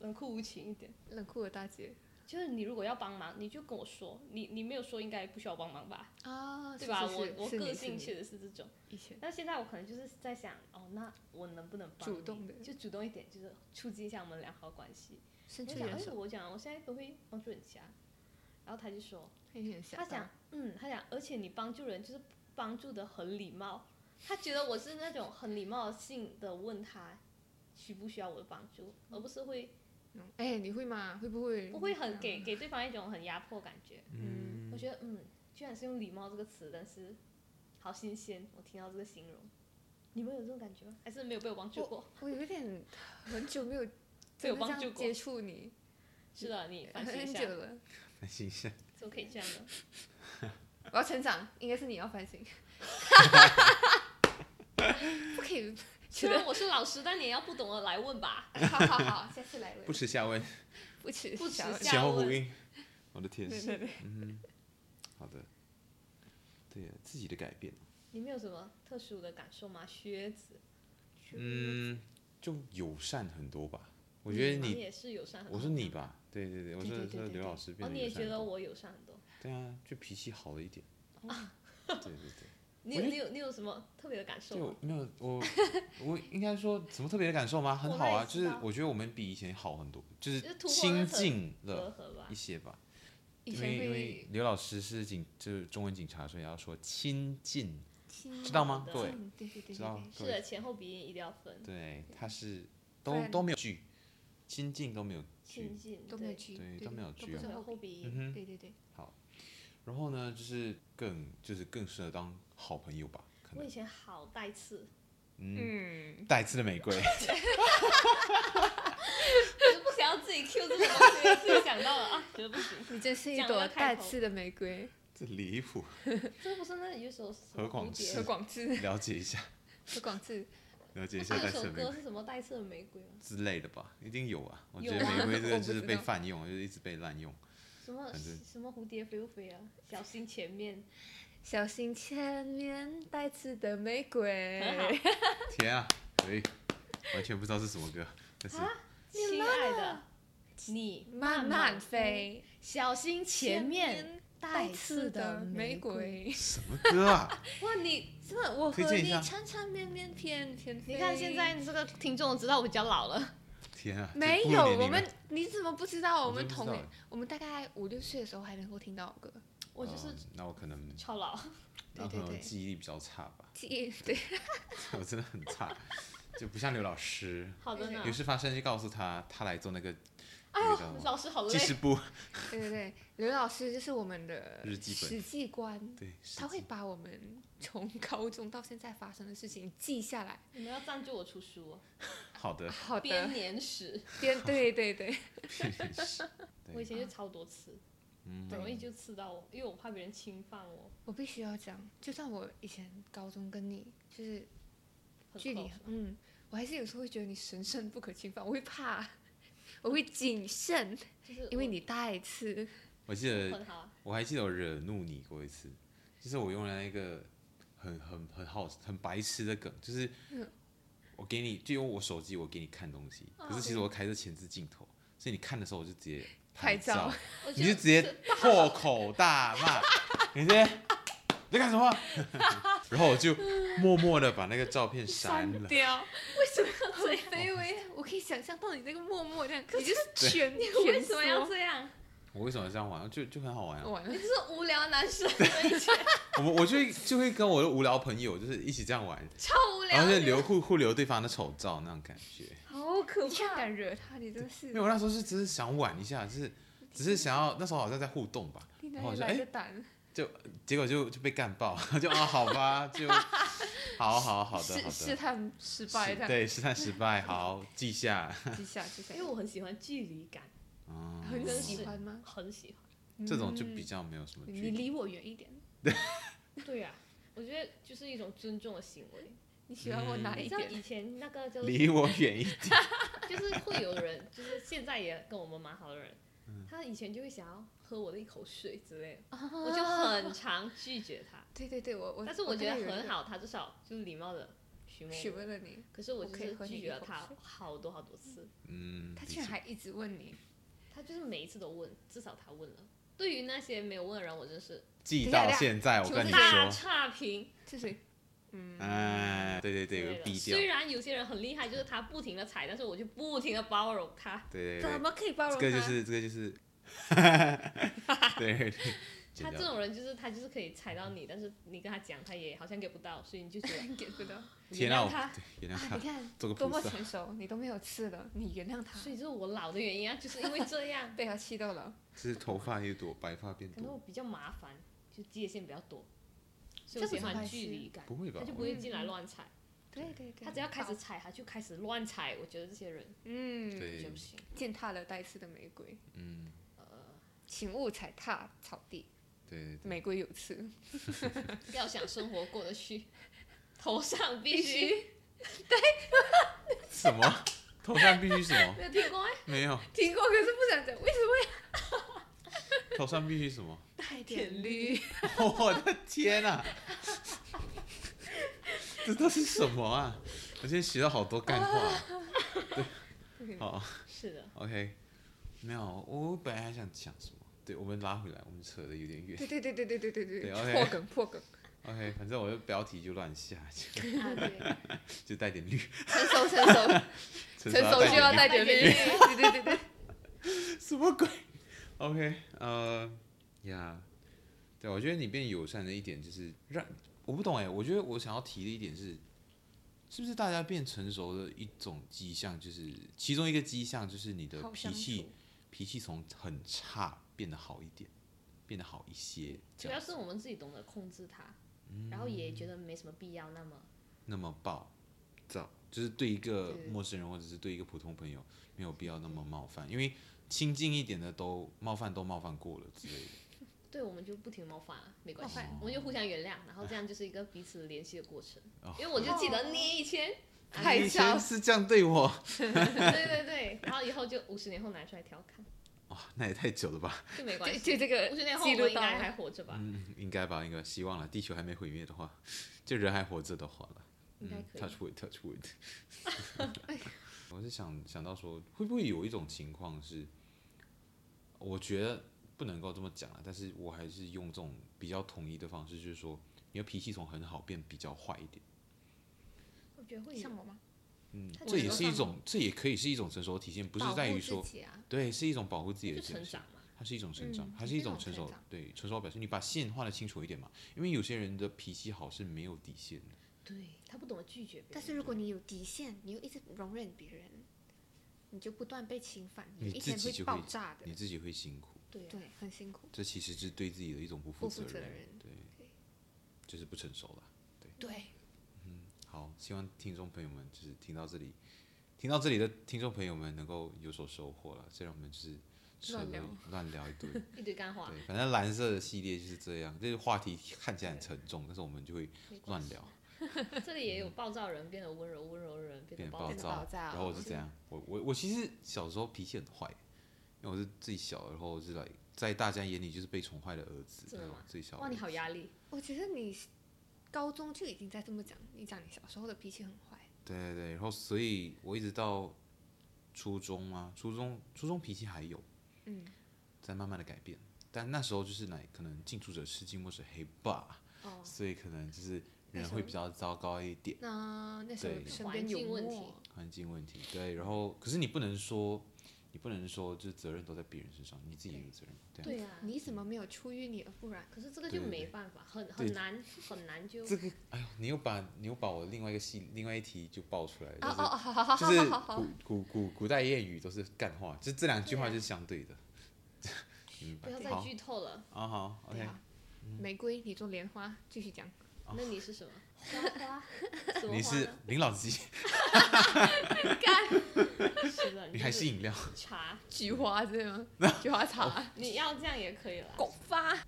[SPEAKER 3] 冷酷无情一点。
[SPEAKER 2] 冷酷的大姐
[SPEAKER 3] 就是你如果要帮忙，你就跟我说，你你没有说应该不需要帮忙吧，
[SPEAKER 2] 啊，
[SPEAKER 3] 对
[SPEAKER 2] 是
[SPEAKER 3] 吧？
[SPEAKER 2] 是是
[SPEAKER 3] 我我
[SPEAKER 2] 是
[SPEAKER 3] 个
[SPEAKER 2] 你
[SPEAKER 3] 性
[SPEAKER 2] 是
[SPEAKER 3] 确实是这种，
[SPEAKER 2] 你以前
[SPEAKER 3] 但现在我可能就是在想，哦，那我能不能帮
[SPEAKER 2] 主
[SPEAKER 3] 你
[SPEAKER 2] 动的
[SPEAKER 3] 就主动一点，就是促进一下我们良好的关系。我
[SPEAKER 2] 伸出
[SPEAKER 3] 讲，
[SPEAKER 2] 援
[SPEAKER 3] 哎，
[SPEAKER 2] 手，
[SPEAKER 3] 我讲，我现在都会帮助人家，然后他就说，
[SPEAKER 2] 有点吓
[SPEAKER 3] 他
[SPEAKER 2] 到
[SPEAKER 3] 讲，嗯，他讲，而且你帮助人就是帮助的很礼貌。他觉得我是那种很礼貌性的问他需不需要我的帮助，而不是会
[SPEAKER 2] 那种哎，你会吗？会不会？嗯
[SPEAKER 3] 不会
[SPEAKER 2] 这
[SPEAKER 3] 很
[SPEAKER 2] 样
[SPEAKER 3] 给给对方一种很压迫感觉。
[SPEAKER 1] 嗯
[SPEAKER 3] 我觉得，嗯，居然是用礼貌这个词，但是好新鲜，我听到这个形容。你们有这种感觉吗？还是没有被我帮助过？
[SPEAKER 2] 我有一点很久没有
[SPEAKER 3] 被
[SPEAKER 2] 真的这
[SPEAKER 3] 我帮
[SPEAKER 2] 样
[SPEAKER 3] 助过
[SPEAKER 2] 接？触你，
[SPEAKER 3] 是的，你反省一
[SPEAKER 2] 很
[SPEAKER 3] 下
[SPEAKER 2] 久，了。
[SPEAKER 1] 反省一下，
[SPEAKER 3] 怎么可以这样呢？
[SPEAKER 2] 我要成长，应该是你要反 省。不可以，
[SPEAKER 3] 虽
[SPEAKER 2] 觉
[SPEAKER 3] 然
[SPEAKER 2] 得
[SPEAKER 3] 我是老师，但你也要不懂得来问吧。
[SPEAKER 2] 好好好，下次来问
[SPEAKER 1] 不耻下问，
[SPEAKER 2] 不吃
[SPEAKER 3] 不耻
[SPEAKER 2] 小问
[SPEAKER 3] 下
[SPEAKER 1] 前后呼
[SPEAKER 3] 问
[SPEAKER 1] 应。我的天，
[SPEAKER 2] 对对对，
[SPEAKER 1] 嗯，好的，对自己的改变，
[SPEAKER 3] 你们有什么特殊的感受吗？靴子，
[SPEAKER 1] 嗯，就友善很多吧。我觉得
[SPEAKER 3] 嗯你
[SPEAKER 1] 你，
[SPEAKER 3] 也是友善很多。
[SPEAKER 1] 我说你吧，对对对，我
[SPEAKER 2] 对
[SPEAKER 1] 说
[SPEAKER 2] 对对
[SPEAKER 1] 说
[SPEAKER 2] 对
[SPEAKER 1] 刘
[SPEAKER 2] 对
[SPEAKER 1] 老师变
[SPEAKER 3] 哦，
[SPEAKER 1] 得
[SPEAKER 3] 你
[SPEAKER 1] 友
[SPEAKER 3] 也
[SPEAKER 1] 善
[SPEAKER 3] 觉
[SPEAKER 1] 很
[SPEAKER 3] 得
[SPEAKER 1] 多，
[SPEAKER 3] 我友哦善很多。
[SPEAKER 1] 对啊，就脾气好了一点。对对 对。
[SPEAKER 3] 你有你有你有什么特别的感受
[SPEAKER 1] 就
[SPEAKER 3] 吗？
[SPEAKER 1] 没有我，我应该说什么特别的感受吗？很
[SPEAKER 3] 我
[SPEAKER 1] 好
[SPEAKER 3] 哪
[SPEAKER 1] 啊，
[SPEAKER 3] 里
[SPEAKER 1] 就
[SPEAKER 3] 知
[SPEAKER 1] 是
[SPEAKER 3] 道
[SPEAKER 1] 我觉得我们比以前好很多，就
[SPEAKER 3] 就是
[SPEAKER 1] 是
[SPEAKER 3] 突破那
[SPEAKER 1] 亲
[SPEAKER 3] 层
[SPEAKER 1] 近
[SPEAKER 3] 隔
[SPEAKER 1] 了
[SPEAKER 3] 阂吧
[SPEAKER 1] 一。些吧。
[SPEAKER 2] 以
[SPEAKER 1] 因
[SPEAKER 2] 前
[SPEAKER 1] 为因
[SPEAKER 2] 会
[SPEAKER 1] 为刘老师是警，就是中文警察，所以要说亲近，
[SPEAKER 2] 亲
[SPEAKER 1] 知道吗？
[SPEAKER 3] 嗯的
[SPEAKER 1] 各位
[SPEAKER 2] 近对对对
[SPEAKER 1] 知道
[SPEAKER 2] 对
[SPEAKER 1] 各
[SPEAKER 3] 是的，
[SPEAKER 1] 位，
[SPEAKER 3] 前后鼻音一定要分，
[SPEAKER 1] 对，他是
[SPEAKER 2] 不
[SPEAKER 1] 都
[SPEAKER 2] 然
[SPEAKER 1] 都没有句，亲近都没有句
[SPEAKER 3] 亲。近
[SPEAKER 2] 对，都没有
[SPEAKER 3] 对
[SPEAKER 2] 举，
[SPEAKER 1] 对
[SPEAKER 2] 对
[SPEAKER 1] 都没有
[SPEAKER 2] 对
[SPEAKER 1] 举
[SPEAKER 2] 不
[SPEAKER 1] 啊
[SPEAKER 2] 是
[SPEAKER 3] 前
[SPEAKER 2] 后
[SPEAKER 3] 后
[SPEAKER 2] 鼻，
[SPEAKER 3] 鼻
[SPEAKER 1] 嗯
[SPEAKER 3] 音。
[SPEAKER 1] 哼，
[SPEAKER 2] 对对对，
[SPEAKER 1] 然后呢，就是更就是更适合当好朋友吧，可
[SPEAKER 3] 我
[SPEAKER 1] 能
[SPEAKER 3] 以前好带刺，
[SPEAKER 1] 嗯，
[SPEAKER 2] 嗯，
[SPEAKER 1] 带刺的玫瑰，
[SPEAKER 3] 我就不想要自己 Q 这个东西，自己想到了啊，觉得不行。
[SPEAKER 2] 你真是一
[SPEAKER 3] 讲了
[SPEAKER 2] 朵
[SPEAKER 3] 个开
[SPEAKER 2] 带
[SPEAKER 3] 头
[SPEAKER 2] 刺的玫 瑰，
[SPEAKER 1] 这离谱，
[SPEAKER 3] 这不是那有一首什么
[SPEAKER 1] 何广
[SPEAKER 3] 蝴蝶
[SPEAKER 1] 智
[SPEAKER 2] 何广智，
[SPEAKER 1] 了解一 下，
[SPEAKER 2] 何广智，
[SPEAKER 1] 了解一
[SPEAKER 3] 不
[SPEAKER 1] 下
[SPEAKER 3] 是有
[SPEAKER 1] 带
[SPEAKER 3] 一
[SPEAKER 1] 刺的
[SPEAKER 3] 首
[SPEAKER 1] 玫瑰
[SPEAKER 3] 歌。是什么带刺的玫瑰吗？
[SPEAKER 1] 之类的吧，一定有啊。我觉
[SPEAKER 3] 有
[SPEAKER 1] 得
[SPEAKER 3] 啊
[SPEAKER 1] 玫瑰这
[SPEAKER 2] 我
[SPEAKER 1] 个
[SPEAKER 2] 不
[SPEAKER 1] 就是
[SPEAKER 2] 知
[SPEAKER 1] 被
[SPEAKER 2] 道
[SPEAKER 1] 泛用，就是一直被滥用。
[SPEAKER 3] 什么
[SPEAKER 1] 反正
[SPEAKER 3] 什么蝴蝶飞不飞啊？小心前面，
[SPEAKER 2] 小心前面带刺的玫瑰，
[SPEAKER 3] 很好
[SPEAKER 1] 天啊，可以，完全不知道是什 么歌，但
[SPEAKER 2] 啊
[SPEAKER 1] 是
[SPEAKER 3] 亲爱的，你
[SPEAKER 2] 慢慢，飞，
[SPEAKER 3] 小心前面带刺的玫瑰。
[SPEAKER 2] 瑰。
[SPEAKER 1] 什么歌啊？
[SPEAKER 2] 哇，你真的我
[SPEAKER 1] 推
[SPEAKER 2] 和
[SPEAKER 1] 荐一
[SPEAKER 2] 你
[SPEAKER 1] 下
[SPEAKER 2] 缠缠绵绵翩翩飞。
[SPEAKER 3] 你看现在这个听众知道我比较老了，
[SPEAKER 1] 天啊，这
[SPEAKER 2] 没
[SPEAKER 1] 步入
[SPEAKER 2] 有
[SPEAKER 1] 年龄
[SPEAKER 2] 我
[SPEAKER 1] 了
[SPEAKER 2] 们，你怎么不知道？
[SPEAKER 1] 我
[SPEAKER 2] 我们
[SPEAKER 1] 真不知
[SPEAKER 2] 同
[SPEAKER 1] 道
[SPEAKER 2] 龄
[SPEAKER 1] 哎，
[SPEAKER 2] 我们大概五六岁的时候还能够听到歌，
[SPEAKER 3] 我就是
[SPEAKER 1] 嗯那我可能，
[SPEAKER 3] 超老。
[SPEAKER 1] 那
[SPEAKER 2] 对
[SPEAKER 1] 我可
[SPEAKER 2] 对
[SPEAKER 1] 能
[SPEAKER 2] 对
[SPEAKER 1] 记忆力比较差吧，
[SPEAKER 2] 记忆对，
[SPEAKER 1] 我真的很差，就不像刘老师。
[SPEAKER 3] 好的呢
[SPEAKER 2] 啊
[SPEAKER 1] 有，事发生就告诉他，他来做那个
[SPEAKER 3] 哎
[SPEAKER 1] 那个叫什
[SPEAKER 3] 呦
[SPEAKER 1] 么，
[SPEAKER 3] 老师好累
[SPEAKER 1] 记。事簿，
[SPEAKER 2] 对对对，刘老师就是我们的
[SPEAKER 1] 日记本
[SPEAKER 2] 史记官，
[SPEAKER 1] 对，实
[SPEAKER 2] 他会
[SPEAKER 1] 际
[SPEAKER 2] 把我们从高中到现在发生的事情记下来。
[SPEAKER 3] 你们要赞助我出书哦，
[SPEAKER 1] 好 的，
[SPEAKER 2] 好
[SPEAKER 3] 编
[SPEAKER 2] 的，
[SPEAKER 3] 年史。
[SPEAKER 2] 编对对对，
[SPEAKER 1] 对
[SPEAKER 3] 我以前就超多刺，
[SPEAKER 1] 嗯
[SPEAKER 3] 很容易就刺到我，因为我怕别人侵犯我，
[SPEAKER 2] 我必须要讲，就算我以前高中跟你就是
[SPEAKER 3] 很
[SPEAKER 2] 距离
[SPEAKER 3] close 吗
[SPEAKER 2] 嗯，我还是有时候会觉得你神圣不可侵犯，我会怕，我会谨慎，
[SPEAKER 3] 就是
[SPEAKER 2] 因为
[SPEAKER 3] 我
[SPEAKER 2] 你太次，
[SPEAKER 1] 我记得
[SPEAKER 3] 很好啊，
[SPEAKER 1] 我还记得我惹怒你过一次，就是我用了那个很很很好很白痴的梗，就是
[SPEAKER 2] 嗯
[SPEAKER 1] 我给你就用我手机我给你看东西，可是其实我开着前置镜头，所以你看的时候我就直接
[SPEAKER 2] 拍照
[SPEAKER 1] 照，
[SPEAKER 3] 我觉
[SPEAKER 1] 你就
[SPEAKER 3] 得
[SPEAKER 1] 直 接破口大骂，你直接你在干什么？ 然后我就默默的把那个照片删了。
[SPEAKER 2] 掉。
[SPEAKER 3] 为什么 要 这样？
[SPEAKER 2] 卑微，我可以想象到你那个默默这样，你就是
[SPEAKER 1] 对
[SPEAKER 2] 全
[SPEAKER 4] 你为
[SPEAKER 2] 全
[SPEAKER 4] 什么要
[SPEAKER 2] 缩
[SPEAKER 4] 这样？
[SPEAKER 1] 我为什么要这样玩？就就很好玩啊！
[SPEAKER 2] 完了
[SPEAKER 3] 你就是无聊男生，
[SPEAKER 1] 我们我就会就会跟我的无聊朋友就是一起这样玩，
[SPEAKER 3] 超无
[SPEAKER 1] 然
[SPEAKER 3] 聊
[SPEAKER 1] 后就
[SPEAKER 3] 的。
[SPEAKER 1] 留互互留对方的丑照那种感觉。
[SPEAKER 4] 好可
[SPEAKER 2] 你竟然
[SPEAKER 4] 怕！
[SPEAKER 2] 敢惹他，你真的是
[SPEAKER 1] 因为我那时候是只是想玩一下，就是只是想要那时候好像在互动吧，
[SPEAKER 2] 你
[SPEAKER 1] 然
[SPEAKER 2] 哪
[SPEAKER 1] 后我
[SPEAKER 2] 里
[SPEAKER 1] 就
[SPEAKER 2] 来
[SPEAKER 1] 哎
[SPEAKER 2] 的，胆？
[SPEAKER 1] 结果就就被干爆， 就啊好吧，就好好好的好
[SPEAKER 2] 试试
[SPEAKER 1] 的，
[SPEAKER 2] 探失败
[SPEAKER 1] 是
[SPEAKER 2] 这
[SPEAKER 1] 对试探失败，好记下，
[SPEAKER 2] 样，记下记下
[SPEAKER 3] 因为。我很喜欢距离感，
[SPEAKER 1] 嗯，
[SPEAKER 2] 很
[SPEAKER 3] 真
[SPEAKER 2] 喜
[SPEAKER 3] 是
[SPEAKER 2] 欢吗？
[SPEAKER 3] 很喜欢。
[SPEAKER 1] 这种就
[SPEAKER 2] 嗯
[SPEAKER 1] 比较没有什么
[SPEAKER 2] 你
[SPEAKER 1] 距
[SPEAKER 2] 你
[SPEAKER 1] 离。
[SPEAKER 2] 离我远一点，
[SPEAKER 3] 对呀、我觉得就是一种尊重的行为。
[SPEAKER 2] 你喜欢
[SPEAKER 1] 嗯
[SPEAKER 2] 我哪
[SPEAKER 3] 你
[SPEAKER 2] 一
[SPEAKER 3] 知道
[SPEAKER 2] 点？
[SPEAKER 3] 以前那个叫做
[SPEAKER 1] 离我远一点，
[SPEAKER 3] 就是会有人，就是现在也跟我们蛮好的人，
[SPEAKER 1] 嗯
[SPEAKER 3] 他以前就会想要喝我的一口水之类的，我就很常拒绝他。
[SPEAKER 2] 啊对对对，我我，
[SPEAKER 3] 但是我觉
[SPEAKER 2] 太
[SPEAKER 3] 得
[SPEAKER 2] 惹
[SPEAKER 3] 很
[SPEAKER 2] 你
[SPEAKER 3] 好，他至少就是礼貌的询
[SPEAKER 2] 询
[SPEAKER 3] 问我。
[SPEAKER 2] 问了你，
[SPEAKER 3] 可是我
[SPEAKER 2] 我
[SPEAKER 3] 就
[SPEAKER 2] 可以
[SPEAKER 3] 是
[SPEAKER 2] 喝你
[SPEAKER 3] 拒
[SPEAKER 2] 一
[SPEAKER 3] 绝了
[SPEAKER 2] 口
[SPEAKER 3] 他
[SPEAKER 2] 水
[SPEAKER 3] 好多好多次，
[SPEAKER 1] 嗯，
[SPEAKER 2] 他
[SPEAKER 1] 理
[SPEAKER 2] 居然
[SPEAKER 1] 解
[SPEAKER 2] 还一直问你，
[SPEAKER 3] 他就是每一次都问，至少他问了。对于那些没有问的人，我真是
[SPEAKER 1] 记
[SPEAKER 2] 等一
[SPEAKER 1] 到
[SPEAKER 2] 下等一下
[SPEAKER 1] 现在，我
[SPEAKER 2] 求
[SPEAKER 1] 跟
[SPEAKER 2] 自
[SPEAKER 1] 你
[SPEAKER 2] 己
[SPEAKER 1] 说，
[SPEAKER 3] 大差评。
[SPEAKER 2] 这是嗯，
[SPEAKER 1] 哎，对对
[SPEAKER 3] 之
[SPEAKER 1] 对，
[SPEAKER 3] 类
[SPEAKER 1] 有
[SPEAKER 3] 的
[SPEAKER 1] 逼掉
[SPEAKER 3] 虽，然有些人很厉害，就是他不停的踩，但是我就不停的包容他。
[SPEAKER 1] 对对
[SPEAKER 2] 怎
[SPEAKER 1] 对，
[SPEAKER 2] 么可以包
[SPEAKER 1] 这
[SPEAKER 2] 容
[SPEAKER 1] 个就
[SPEAKER 2] 他？
[SPEAKER 1] 是这个 就是，对，对对
[SPEAKER 3] 他
[SPEAKER 1] 剪
[SPEAKER 3] 这
[SPEAKER 1] 掉。
[SPEAKER 3] 种人就是他就是可以踩到你，但是你跟他讲，他也好像给不到，所以你就觉得
[SPEAKER 2] get 不到啊！
[SPEAKER 1] 天
[SPEAKER 3] 原
[SPEAKER 1] 啊，
[SPEAKER 3] 谅
[SPEAKER 1] 我
[SPEAKER 3] 他。
[SPEAKER 1] 对原谅
[SPEAKER 2] 你
[SPEAKER 1] 他，
[SPEAKER 2] 看
[SPEAKER 1] 做个
[SPEAKER 2] 多么
[SPEAKER 1] 菩萨。
[SPEAKER 2] 成熟，你都没有刺了，你原谅他，
[SPEAKER 3] 所以这是我老的原因啊，就是因为这样，
[SPEAKER 2] 被他气到了。
[SPEAKER 1] 就是头发也多，白发变
[SPEAKER 3] 可能
[SPEAKER 1] 多，
[SPEAKER 3] 我比较麻烦，就界限比较多，所
[SPEAKER 2] 这
[SPEAKER 3] 以我
[SPEAKER 2] 不
[SPEAKER 3] 喜
[SPEAKER 2] 是坏
[SPEAKER 3] 欢
[SPEAKER 2] 事
[SPEAKER 3] 距离感，
[SPEAKER 1] 不会吧
[SPEAKER 3] 他？就
[SPEAKER 1] 我
[SPEAKER 3] 不会进来乱踩。
[SPEAKER 2] 对对对，
[SPEAKER 3] 他只要开始踩，他就开始乱踩。我觉得这些人
[SPEAKER 2] 嗯，
[SPEAKER 3] 就
[SPEAKER 1] 对
[SPEAKER 3] 不，行。
[SPEAKER 2] 践踏了带刺的玫瑰，
[SPEAKER 1] 嗯，
[SPEAKER 3] 呃，
[SPEAKER 2] 请勿踩踏草地，
[SPEAKER 1] 对对对，
[SPEAKER 2] 玫瑰有刺，
[SPEAKER 3] 要想生活过得去，头上必须。
[SPEAKER 1] 什么？头上必须什么？
[SPEAKER 3] 没有听过吗？
[SPEAKER 1] 没有，
[SPEAKER 2] 听过可是不想讲，为什么
[SPEAKER 1] 头上必须什么？
[SPEAKER 2] 要带
[SPEAKER 3] 点
[SPEAKER 2] 点绿？
[SPEAKER 1] 我的天啊！这都是什么啊？我今天学到好多干话。
[SPEAKER 2] 对
[SPEAKER 1] 好
[SPEAKER 3] 是 的，
[SPEAKER 1] ，OK，没有，我本来还想讲什么，对我们拉回来，我们扯的有点远。
[SPEAKER 2] 对对对对对对对
[SPEAKER 1] 对，OK
[SPEAKER 2] 破梗破梗，
[SPEAKER 1] OK，反正我的标题就乱下，就
[SPEAKER 3] 啊对，
[SPEAKER 1] 就带点绿，
[SPEAKER 2] 成熟成熟
[SPEAKER 1] 成
[SPEAKER 2] 成熟就要
[SPEAKER 1] 绿
[SPEAKER 2] 带点绿，对对对 对，
[SPEAKER 1] 什么鬼？OK，呃，呀，对，我觉得你变友善的一点就是让我不懂哎，我觉得我想要提的一点是，是不是大家变成熟的一种迹象，就是其中一个迹象就是你的
[SPEAKER 2] 好
[SPEAKER 1] 脾
[SPEAKER 2] 相
[SPEAKER 1] 气
[SPEAKER 2] 处。
[SPEAKER 1] 脾气从很差变得好一点，变得好一些，
[SPEAKER 3] 主
[SPEAKER 1] 这
[SPEAKER 3] 要
[SPEAKER 1] 样
[SPEAKER 3] 是我们自己懂得控制它，
[SPEAKER 1] 嗯
[SPEAKER 3] 然后也觉得没什么必要那么
[SPEAKER 1] 那么暴躁，就是对一个
[SPEAKER 2] 对
[SPEAKER 1] 陌生人或者是对一个普通朋友没有必要那么冒犯，因为亲近一点的都冒犯都冒犯过了之类的。
[SPEAKER 3] 对，我们就不停冒犯啊，没关系
[SPEAKER 2] 冒犯，
[SPEAKER 3] 我们就互相原谅，然后这样就是一个彼此联系的过程
[SPEAKER 1] 哦。
[SPEAKER 3] 因为我就记得你以前，啊
[SPEAKER 2] 太
[SPEAKER 1] 以
[SPEAKER 2] 少
[SPEAKER 1] 前是这样对我，
[SPEAKER 3] 对对对，然后以后就五十年后拿出来调侃，
[SPEAKER 1] 哇、那也太久了吧？
[SPEAKER 3] 就没关
[SPEAKER 2] 就
[SPEAKER 3] 系。
[SPEAKER 2] 就这个
[SPEAKER 3] 五十年后我
[SPEAKER 2] 记录
[SPEAKER 3] 们应
[SPEAKER 2] 到
[SPEAKER 3] 该还
[SPEAKER 2] 了，
[SPEAKER 3] 活着吧？
[SPEAKER 1] 嗯，应该吧，应该希望了。地球还没毁灭的话，就人还活着的话了。
[SPEAKER 3] 应该
[SPEAKER 1] 嗯
[SPEAKER 3] 可以
[SPEAKER 1] ，touch wood，touch wood。我 是想想到说，会不会有一种情况是，我觉得不能够这么讲啊，但是我还是用这种比较统一的方式，就是说，你的脾气从很好变比较坏一点。
[SPEAKER 3] 我觉得会
[SPEAKER 2] 像我吗？
[SPEAKER 1] 嗯，
[SPEAKER 3] 它
[SPEAKER 1] 这也
[SPEAKER 3] 就是
[SPEAKER 1] 一
[SPEAKER 3] 放
[SPEAKER 1] 种，这也可以是一种成熟的体现，不是
[SPEAKER 3] 保
[SPEAKER 1] 在
[SPEAKER 3] 护
[SPEAKER 1] 于
[SPEAKER 3] 自
[SPEAKER 1] 说，
[SPEAKER 3] 己啊，
[SPEAKER 1] 对，是一种保护自己的
[SPEAKER 3] 就
[SPEAKER 1] 情
[SPEAKER 3] 成
[SPEAKER 1] 绪
[SPEAKER 3] 长嘛。
[SPEAKER 1] 它是一种成长
[SPEAKER 2] 嗯，
[SPEAKER 1] 它
[SPEAKER 2] 也
[SPEAKER 1] 是一
[SPEAKER 2] 是一
[SPEAKER 1] 种
[SPEAKER 2] 种
[SPEAKER 1] 成
[SPEAKER 2] 成
[SPEAKER 1] 熟
[SPEAKER 2] 长，
[SPEAKER 1] 对成熟表示你把线画的清楚一点嘛，因为有些人的脾气好是没有底线的，
[SPEAKER 3] 对他不懂得拒绝别人，
[SPEAKER 2] 但是如果你有底线，你又一直容忍别人，你就不断被侵犯，有
[SPEAKER 1] 你
[SPEAKER 2] 一
[SPEAKER 1] 自
[SPEAKER 2] 天
[SPEAKER 1] 己就
[SPEAKER 2] 爆
[SPEAKER 1] 会
[SPEAKER 2] 炸的
[SPEAKER 1] 你。自己会辛苦，
[SPEAKER 3] 对啊，
[SPEAKER 2] 对，很辛苦。
[SPEAKER 1] 这其实是对自己的一种不负
[SPEAKER 2] 不负责
[SPEAKER 1] 任，
[SPEAKER 2] 任
[SPEAKER 1] 对
[SPEAKER 2] 对，
[SPEAKER 1] 就是不成熟了。嗯
[SPEAKER 2] 对，
[SPEAKER 1] 好，希望听众朋友们就是听到这里，听到这里的听众朋友们能够有所收获了。虽然我们就是扯
[SPEAKER 2] 乱
[SPEAKER 1] 了
[SPEAKER 2] 聊
[SPEAKER 1] 乱聊一 堆，
[SPEAKER 3] 一堆干话
[SPEAKER 1] 对，反正蓝色的系列就是这样，这个话题看起来很沉重，但是我们就会
[SPEAKER 3] 没关
[SPEAKER 1] 乱
[SPEAKER 3] 系
[SPEAKER 1] 聊。
[SPEAKER 3] 这里也有暴躁人变得温柔，温柔的嗯人变
[SPEAKER 1] 变得
[SPEAKER 3] 得暴
[SPEAKER 1] 暴
[SPEAKER 4] 躁
[SPEAKER 1] 躁，
[SPEAKER 4] 躁
[SPEAKER 1] 然后我是这样，我我我其实小时候脾气很坏，因为我是最小，然后我是来在大家眼里就是被宠坏的儿子，
[SPEAKER 3] 真
[SPEAKER 1] 那
[SPEAKER 3] 的
[SPEAKER 1] 种
[SPEAKER 3] 吗
[SPEAKER 1] 最小。
[SPEAKER 3] 哇，你好压力，
[SPEAKER 2] 我觉得你高中就已经在这么讲，你讲你小时候的脾气很坏，
[SPEAKER 1] 对对对，然后所以我一直到初中嘛，初中初中脾气还有，
[SPEAKER 2] 嗯，
[SPEAKER 1] 在慢慢的改变，但那时候就是来可能近朱者赤，近墨者黑吧，
[SPEAKER 3] 哦，
[SPEAKER 1] 所以可能就是
[SPEAKER 2] 那
[SPEAKER 1] 人
[SPEAKER 2] 时
[SPEAKER 1] 会
[SPEAKER 2] 候
[SPEAKER 1] 比较糟糕一点，
[SPEAKER 2] 那那时
[SPEAKER 1] 对
[SPEAKER 2] 候身边
[SPEAKER 3] 环境
[SPEAKER 2] 有
[SPEAKER 3] 问
[SPEAKER 2] 我
[SPEAKER 3] 题，
[SPEAKER 1] 环境问题，对，然后可是你不能说。你不能说，就是责任都在别人身上，你自己也有责任，对啊。
[SPEAKER 3] 对啊，
[SPEAKER 2] 你怎么没有出淤泥而不染？
[SPEAKER 3] 可是这个就
[SPEAKER 1] 对对
[SPEAKER 3] 没
[SPEAKER 1] 对
[SPEAKER 3] 办法，很
[SPEAKER 1] 对
[SPEAKER 3] 很难很难就
[SPEAKER 1] 这个，哎呦，你又把你又把我另外一个系另外一题就爆出来
[SPEAKER 2] 哦哦
[SPEAKER 1] 了，
[SPEAKER 2] 哦，好好好
[SPEAKER 1] 就是就是
[SPEAKER 2] 好好好
[SPEAKER 1] 古，古古古代谚语都是干话，就这两句话
[SPEAKER 3] 对啊
[SPEAKER 1] 就是相对的， 你明
[SPEAKER 3] 不
[SPEAKER 1] 白
[SPEAKER 3] 要？再
[SPEAKER 1] 好
[SPEAKER 3] 剧透了。
[SPEAKER 1] 啊好
[SPEAKER 2] 对
[SPEAKER 1] ，OK，嗯
[SPEAKER 2] 啊，玫瑰，你做莲花，继续讲。
[SPEAKER 3] 那你是什么？花花？什么花
[SPEAKER 1] 你是
[SPEAKER 3] 呢
[SPEAKER 1] 林老吉，
[SPEAKER 3] 是的，
[SPEAKER 1] 你还
[SPEAKER 3] 就 是
[SPEAKER 1] 饮料，
[SPEAKER 3] 茶？
[SPEAKER 2] 菊花之类吗？菊花
[SPEAKER 1] 哦
[SPEAKER 2] 茶，
[SPEAKER 3] 你要这样也可以了。
[SPEAKER 2] 菊花，菊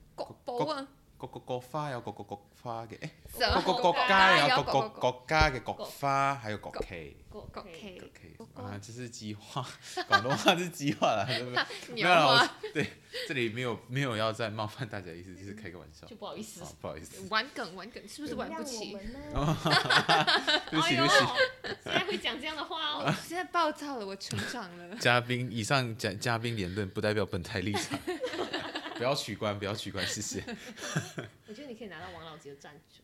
[SPEAKER 2] 宝啊，
[SPEAKER 1] 國國國花有國國國花嘅，誒
[SPEAKER 2] 什
[SPEAKER 1] 國國
[SPEAKER 2] 麼
[SPEAKER 1] 國家有國國
[SPEAKER 2] 國
[SPEAKER 1] 國家嘅國花，還有國旗。
[SPEAKER 3] 狗
[SPEAKER 2] 國
[SPEAKER 3] 可以
[SPEAKER 2] K，
[SPEAKER 1] 國旗
[SPEAKER 2] 國歌
[SPEAKER 1] 啊，这是激化， 广东话是激化啦，对不对？ 没有
[SPEAKER 2] 鸟
[SPEAKER 1] 啦，
[SPEAKER 2] 花
[SPEAKER 1] 我 对这里没有没有要再冒犯大家的意思，就是开个玩笑
[SPEAKER 3] 就。不好意思
[SPEAKER 1] 好，，不好意思，
[SPEAKER 2] 玩梗玩梗，是不是玩不起？
[SPEAKER 3] 呢？
[SPEAKER 1] 对不起，对
[SPEAKER 3] 哎呦
[SPEAKER 1] 不起。，啊
[SPEAKER 3] 现在会讲这样的话
[SPEAKER 2] 我
[SPEAKER 3] 哦。
[SPEAKER 2] 现在暴躁了，我成长了。
[SPEAKER 1] 嘉宾以上嘉嘉宾言论不代表本台立场， 不要取关，不要取关，谢谢。
[SPEAKER 3] 我觉得你可以拿到王老吉的赞助，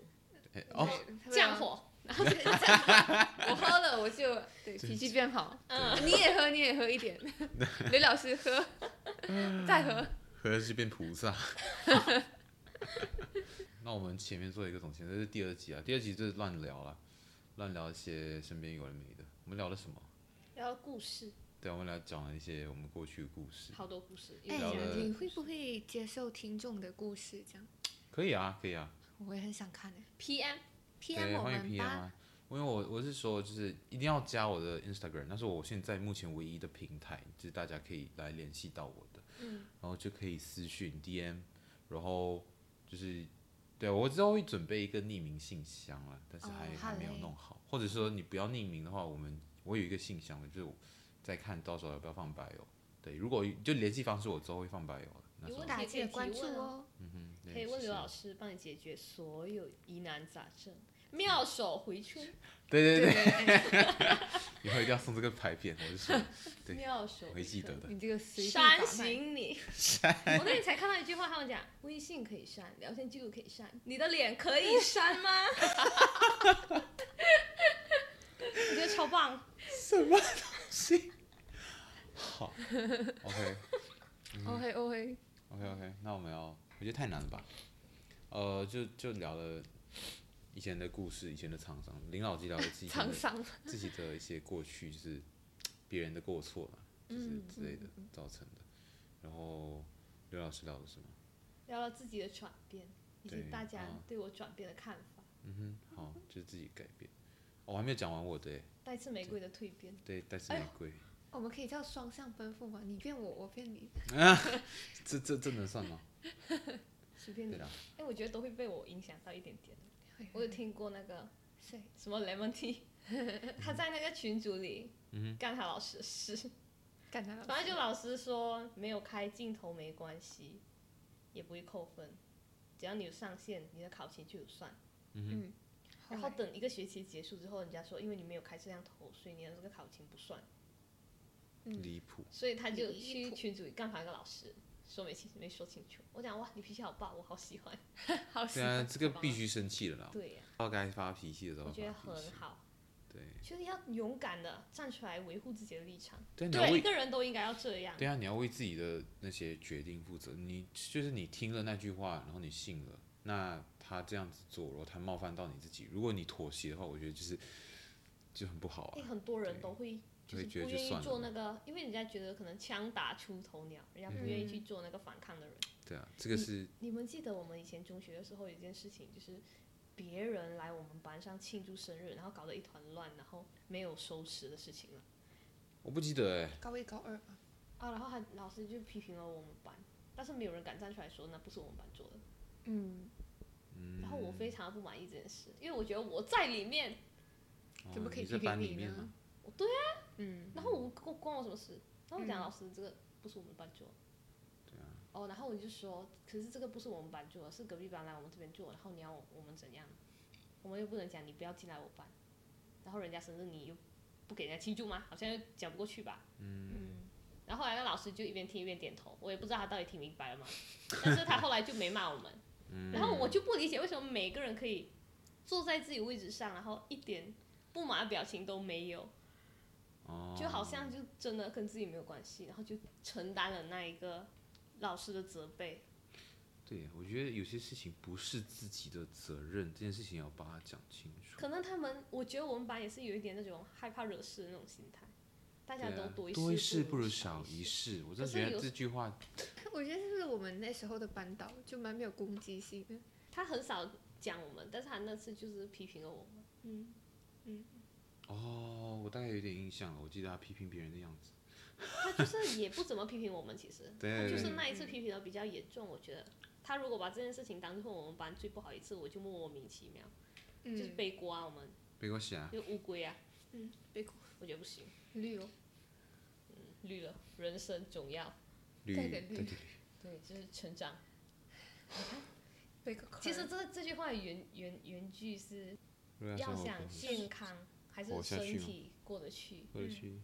[SPEAKER 1] 哎哦，
[SPEAKER 3] 啊降火。
[SPEAKER 2] 我喝了我就对
[SPEAKER 1] 这
[SPEAKER 2] 脾气变好，
[SPEAKER 3] 嗯，
[SPEAKER 2] 你也喝你也喝 一点，雷老师喝，再喝。
[SPEAKER 1] 合着是变菩萨。 那我们前面做一个总结，这是第二集啊，第二集就是乱聊了，乱聊一些身边有的没的。我们聊了什么？
[SPEAKER 3] 然后啊故事，
[SPEAKER 1] 对，我们聊讲了一些我们过去的故事。
[SPEAKER 3] 好多故事。
[SPEAKER 2] 哎
[SPEAKER 1] 聊了，
[SPEAKER 2] 你会不会接受听众的故事？这样
[SPEAKER 1] 可以啊，可以啊。
[SPEAKER 2] 我也很想看哎
[SPEAKER 3] PM，
[SPEAKER 1] 对，
[SPEAKER 2] ，PM 我
[SPEAKER 1] 欢迎
[SPEAKER 2] 们
[SPEAKER 1] PM
[SPEAKER 2] 吧。
[SPEAKER 1] 啊。因为我我是说，就是一定要加我的 Instagram，那是我现在目前唯一的平台，就是大家可以来联系到我的，
[SPEAKER 3] 嗯，
[SPEAKER 1] 然后就可以私讯 DM，然后就是对我之后会准备一个匿名信箱了，但是
[SPEAKER 2] 哦
[SPEAKER 1] 还、
[SPEAKER 2] 好
[SPEAKER 1] 还没有
[SPEAKER 2] 嘞
[SPEAKER 1] 弄好，或者说你不要匿名的话，我们我有一个信箱的，就是我再看到时候要不要放 bio，对，如果就联系方式我之后会放 bio 的，那时
[SPEAKER 3] 有
[SPEAKER 1] 候
[SPEAKER 3] 问题
[SPEAKER 2] 大家记得关注
[SPEAKER 3] 可以提问
[SPEAKER 2] 哦
[SPEAKER 3] 哦，
[SPEAKER 1] 嗯哼，对
[SPEAKER 3] 可以问
[SPEAKER 1] 谢
[SPEAKER 3] 刘
[SPEAKER 1] 谢
[SPEAKER 3] 老师帮你解决所有疑难杂症，妙手回春，
[SPEAKER 1] 对对啊对，
[SPEAKER 2] 对对，
[SPEAKER 1] 以后一定要送这个牌匾，我是说对
[SPEAKER 3] 妙手
[SPEAKER 1] 我
[SPEAKER 3] 回
[SPEAKER 1] 会记得
[SPEAKER 3] 春。
[SPEAKER 1] 的。
[SPEAKER 2] 你这个随地把 脉
[SPEAKER 3] 删醒你！我那天才看到一句话，他们讲微信可以删，聊天记录可以删，你的脸可以删吗？我觉得超棒，
[SPEAKER 1] 好，OK
[SPEAKER 2] ，OK OK，
[SPEAKER 1] OK OK，那我们要，我觉得太难了吧？呃，就就聊了以前的故事，以前的厂商，林老吉聊了自己
[SPEAKER 2] 沧
[SPEAKER 1] 的
[SPEAKER 2] 桑。
[SPEAKER 1] 自己的一些过去，就是别人的过错嘛，就是
[SPEAKER 3] 嗯
[SPEAKER 1] 之类的造成的。然后刘老师聊了什么？
[SPEAKER 3] 聊聊自己的转变，以及
[SPEAKER 1] 对
[SPEAKER 3] 大家
[SPEAKER 1] 嗯
[SPEAKER 3] 对我转变的看法，
[SPEAKER 1] 嗯哼，好，就是自己改变。哦我还没有讲完我的耶，
[SPEAKER 3] 带刺玫瑰的蜕变，
[SPEAKER 1] 对，但是
[SPEAKER 3] 哎
[SPEAKER 1] 玫
[SPEAKER 3] 呦
[SPEAKER 1] 瑰，
[SPEAKER 2] 我们可以叫双向奔赴吗？你变我，我变你。
[SPEAKER 1] 这这这能算吗？
[SPEAKER 3] 随便
[SPEAKER 1] 对啊嗯
[SPEAKER 3] 你。
[SPEAKER 1] 的，
[SPEAKER 3] 哎，我觉得都会被我影响到一点点。我
[SPEAKER 2] 我
[SPEAKER 3] 有听过那个
[SPEAKER 2] 谁？
[SPEAKER 3] 什么 Lemon Tea，他在那个群组里
[SPEAKER 1] 嗯
[SPEAKER 3] 干他老师的事，
[SPEAKER 2] 干他老师
[SPEAKER 3] 反正就老师说没有开镜头没关系，也不会扣分，只要你有上线，你的考勤就有算。
[SPEAKER 1] 嗯
[SPEAKER 3] 然
[SPEAKER 2] 后
[SPEAKER 3] 后
[SPEAKER 2] 来
[SPEAKER 3] 等一个学期结束之后，人家说因为你没有开摄像头，所以你的这个考勤不算，
[SPEAKER 1] 哼，
[SPEAKER 2] 嗯
[SPEAKER 1] 离谱。
[SPEAKER 3] 所以他就
[SPEAKER 2] 离
[SPEAKER 3] 去
[SPEAKER 2] 谱
[SPEAKER 3] 群组里干翻个老师，说没清没说清楚。我讲哇，你脾气好棒，我好喜 欢。
[SPEAKER 2] 好
[SPEAKER 1] 对
[SPEAKER 2] 喜
[SPEAKER 1] 啊，
[SPEAKER 2] 欢
[SPEAKER 1] 这个
[SPEAKER 3] 吧
[SPEAKER 1] 必须生气了啦，
[SPEAKER 3] 对呀、
[SPEAKER 1] 到该发脾气的时候
[SPEAKER 3] 我
[SPEAKER 1] 发
[SPEAKER 3] 觉得
[SPEAKER 1] 脾
[SPEAKER 3] 很
[SPEAKER 1] 气。
[SPEAKER 3] 好，
[SPEAKER 1] 对，
[SPEAKER 3] 就是要勇敢的站出来维护自己的立场。
[SPEAKER 1] 对，你要
[SPEAKER 3] 对，
[SPEAKER 1] 为
[SPEAKER 3] 一个人都应该要这样。
[SPEAKER 1] 对啊，你要为自己的那些决定负责。你就是你听了那句话，然后你信了，那他这样子做，然后他冒犯到你自己，如果你妥协的话，我觉得就是就很不好
[SPEAKER 3] 哎，
[SPEAKER 1] 啊。
[SPEAKER 3] 很多人都会
[SPEAKER 1] 就
[SPEAKER 3] 就
[SPEAKER 1] 会
[SPEAKER 3] 是
[SPEAKER 1] 觉得
[SPEAKER 3] 不
[SPEAKER 1] 就
[SPEAKER 3] 愿
[SPEAKER 1] 算
[SPEAKER 3] 意
[SPEAKER 1] 了
[SPEAKER 3] 做那个，因为人家觉得可能枪打出头鸟，人家不
[SPEAKER 1] 嗯
[SPEAKER 3] 愿意去做那个反抗的人。
[SPEAKER 1] 对啊，这个是
[SPEAKER 3] 你们记得我们以前中学的时候有一件事情，就是别人来我们班上庆祝生日，然后搞得一团乱，然后没有收拾的事情了
[SPEAKER 1] 我不记得哎、
[SPEAKER 2] 高一高二嘛，
[SPEAKER 3] 啊，然后还老师就批评了我们班，但是没有人敢站出来说那不是我们班做的。
[SPEAKER 2] 嗯，
[SPEAKER 3] 然后我非常不满意这件事，因为我觉得我在里面，
[SPEAKER 2] 怎么可以
[SPEAKER 1] 哦在
[SPEAKER 2] 批
[SPEAKER 1] 班
[SPEAKER 2] 评
[SPEAKER 1] 里
[SPEAKER 2] 你
[SPEAKER 1] 面
[SPEAKER 2] 呢
[SPEAKER 1] 吗？？
[SPEAKER 2] 嗯，
[SPEAKER 3] 然后我关关我什么事？然后我
[SPEAKER 2] 嗯
[SPEAKER 3] 讲老师这个不是我们班做，
[SPEAKER 1] 对啊，
[SPEAKER 3] 哦，然后我就说，可是这个不是我们班做的，是隔壁班来我们这边做，然后你要我们怎样？我们又不能讲你不要进来我班，然后人家生日你又不给人家庆祝吗？好像又讲不过去吧。
[SPEAKER 2] 嗯
[SPEAKER 3] 然后后来那老师就一边听一边点头，我也不知道他到底听明白了吗？但是他后来就没骂我们。
[SPEAKER 1] 嗯
[SPEAKER 3] 然后我就不理解为什么每个人可以坐在自己位置上，然后一点不满的表情都没有，
[SPEAKER 1] 哦，
[SPEAKER 3] 就好像就真的跟自己没有关系，然后就承担了那一个老师的责备。
[SPEAKER 1] 对，我觉得有些事情不是自己的责任，这件事情要把它讲清楚。
[SPEAKER 3] 可能他们，我觉得我们班也是有一点那种害怕惹事的那种心态，大家
[SPEAKER 1] 对
[SPEAKER 3] 都
[SPEAKER 1] 啊
[SPEAKER 3] 多一
[SPEAKER 1] 多一
[SPEAKER 3] 事
[SPEAKER 1] 不
[SPEAKER 3] 如
[SPEAKER 1] 如少一
[SPEAKER 3] 一。
[SPEAKER 1] 事，我真的
[SPEAKER 3] 可是
[SPEAKER 1] 觉得
[SPEAKER 3] 有
[SPEAKER 1] 这句话
[SPEAKER 2] 我觉得是不是我们那时候的班导就蛮没有攻击性的？
[SPEAKER 3] 他很少讲我们，但是他那次就是批评了我们。
[SPEAKER 2] 嗯，
[SPEAKER 1] 哦，我大概有点印象了，我记得他批评别人的样子。
[SPEAKER 3] 他就是也不怎么批评我们，其实
[SPEAKER 1] 对
[SPEAKER 3] 他就
[SPEAKER 1] 对
[SPEAKER 3] 是那一次批评的比较严重，我觉得。他如果把这件事情当做我们班最不好一次，我就莫名其妙，
[SPEAKER 2] 嗯
[SPEAKER 3] 就是背锅啊，我们
[SPEAKER 1] 没关系啊，
[SPEAKER 3] 就乌龟啊，
[SPEAKER 2] 嗯，背锅
[SPEAKER 3] 我觉得不行，
[SPEAKER 2] 绿哦，
[SPEAKER 3] 绿了，人生总要
[SPEAKER 1] 绿
[SPEAKER 2] 带点绿
[SPEAKER 1] 对对，
[SPEAKER 3] 对，就是成长。
[SPEAKER 2] 背个扣儿
[SPEAKER 3] 其实这这句话原原原句是
[SPEAKER 1] 如果
[SPEAKER 3] 要
[SPEAKER 1] 生活
[SPEAKER 3] 想嗯
[SPEAKER 1] 不好
[SPEAKER 3] 健康还是
[SPEAKER 1] 活下
[SPEAKER 3] 身
[SPEAKER 1] 去吗
[SPEAKER 3] 体过得去，
[SPEAKER 1] 或者去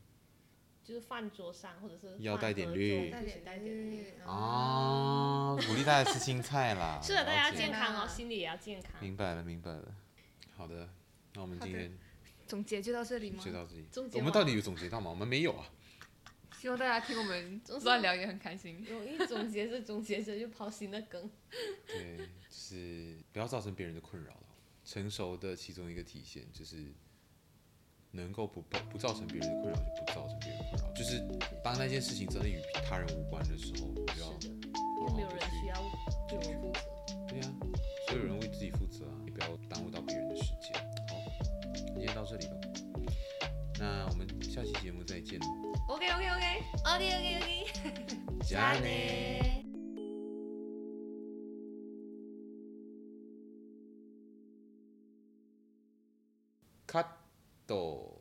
[SPEAKER 3] 就是饭桌上或者是
[SPEAKER 1] 要
[SPEAKER 3] 饭
[SPEAKER 1] 带点
[SPEAKER 3] 盒
[SPEAKER 1] 绿
[SPEAKER 3] 中
[SPEAKER 2] 带
[SPEAKER 3] 就是
[SPEAKER 2] 点
[SPEAKER 3] 带点绿。。
[SPEAKER 2] 绿，
[SPEAKER 1] 啊，鼓励大家吃青菜啦
[SPEAKER 3] 是的，大家
[SPEAKER 1] 了解
[SPEAKER 3] 健康
[SPEAKER 2] 啦
[SPEAKER 3] 哦，心理也要健康。
[SPEAKER 1] 明白了，明白了。好的，那我们
[SPEAKER 2] 好
[SPEAKER 1] 今
[SPEAKER 2] 的
[SPEAKER 1] 天
[SPEAKER 2] 总结就到这里吗
[SPEAKER 1] 就？到这里。
[SPEAKER 3] 总结
[SPEAKER 1] 我们
[SPEAKER 3] 完
[SPEAKER 1] 到底有总结到吗？我们没有啊。
[SPEAKER 2] 希望大家听我们
[SPEAKER 3] 总是
[SPEAKER 2] 乱聊也很开心。
[SPEAKER 3] 容易总结着总结着就抛新的梗，
[SPEAKER 1] 对，就是不要造成别人的困扰了。成熟的其中一个体现就是能够不不造成别人的困扰，就不造成别人的困扰。就是当那件事情真的与他人无关的时候，不
[SPEAKER 3] 是
[SPEAKER 1] 要
[SPEAKER 3] 的，
[SPEAKER 1] 好
[SPEAKER 3] 又
[SPEAKER 1] 好
[SPEAKER 3] 没有
[SPEAKER 1] 地
[SPEAKER 3] 人
[SPEAKER 1] 去
[SPEAKER 3] 需要对我负责。
[SPEAKER 1] 对呀、所有人为自己负责啊，你不要耽误到别人的时间。好，今天到这里吧，那我们下期节目再见喽，
[SPEAKER 2] OK OK OK，
[SPEAKER 4] OK OK OK，
[SPEAKER 1] 加。卡豆。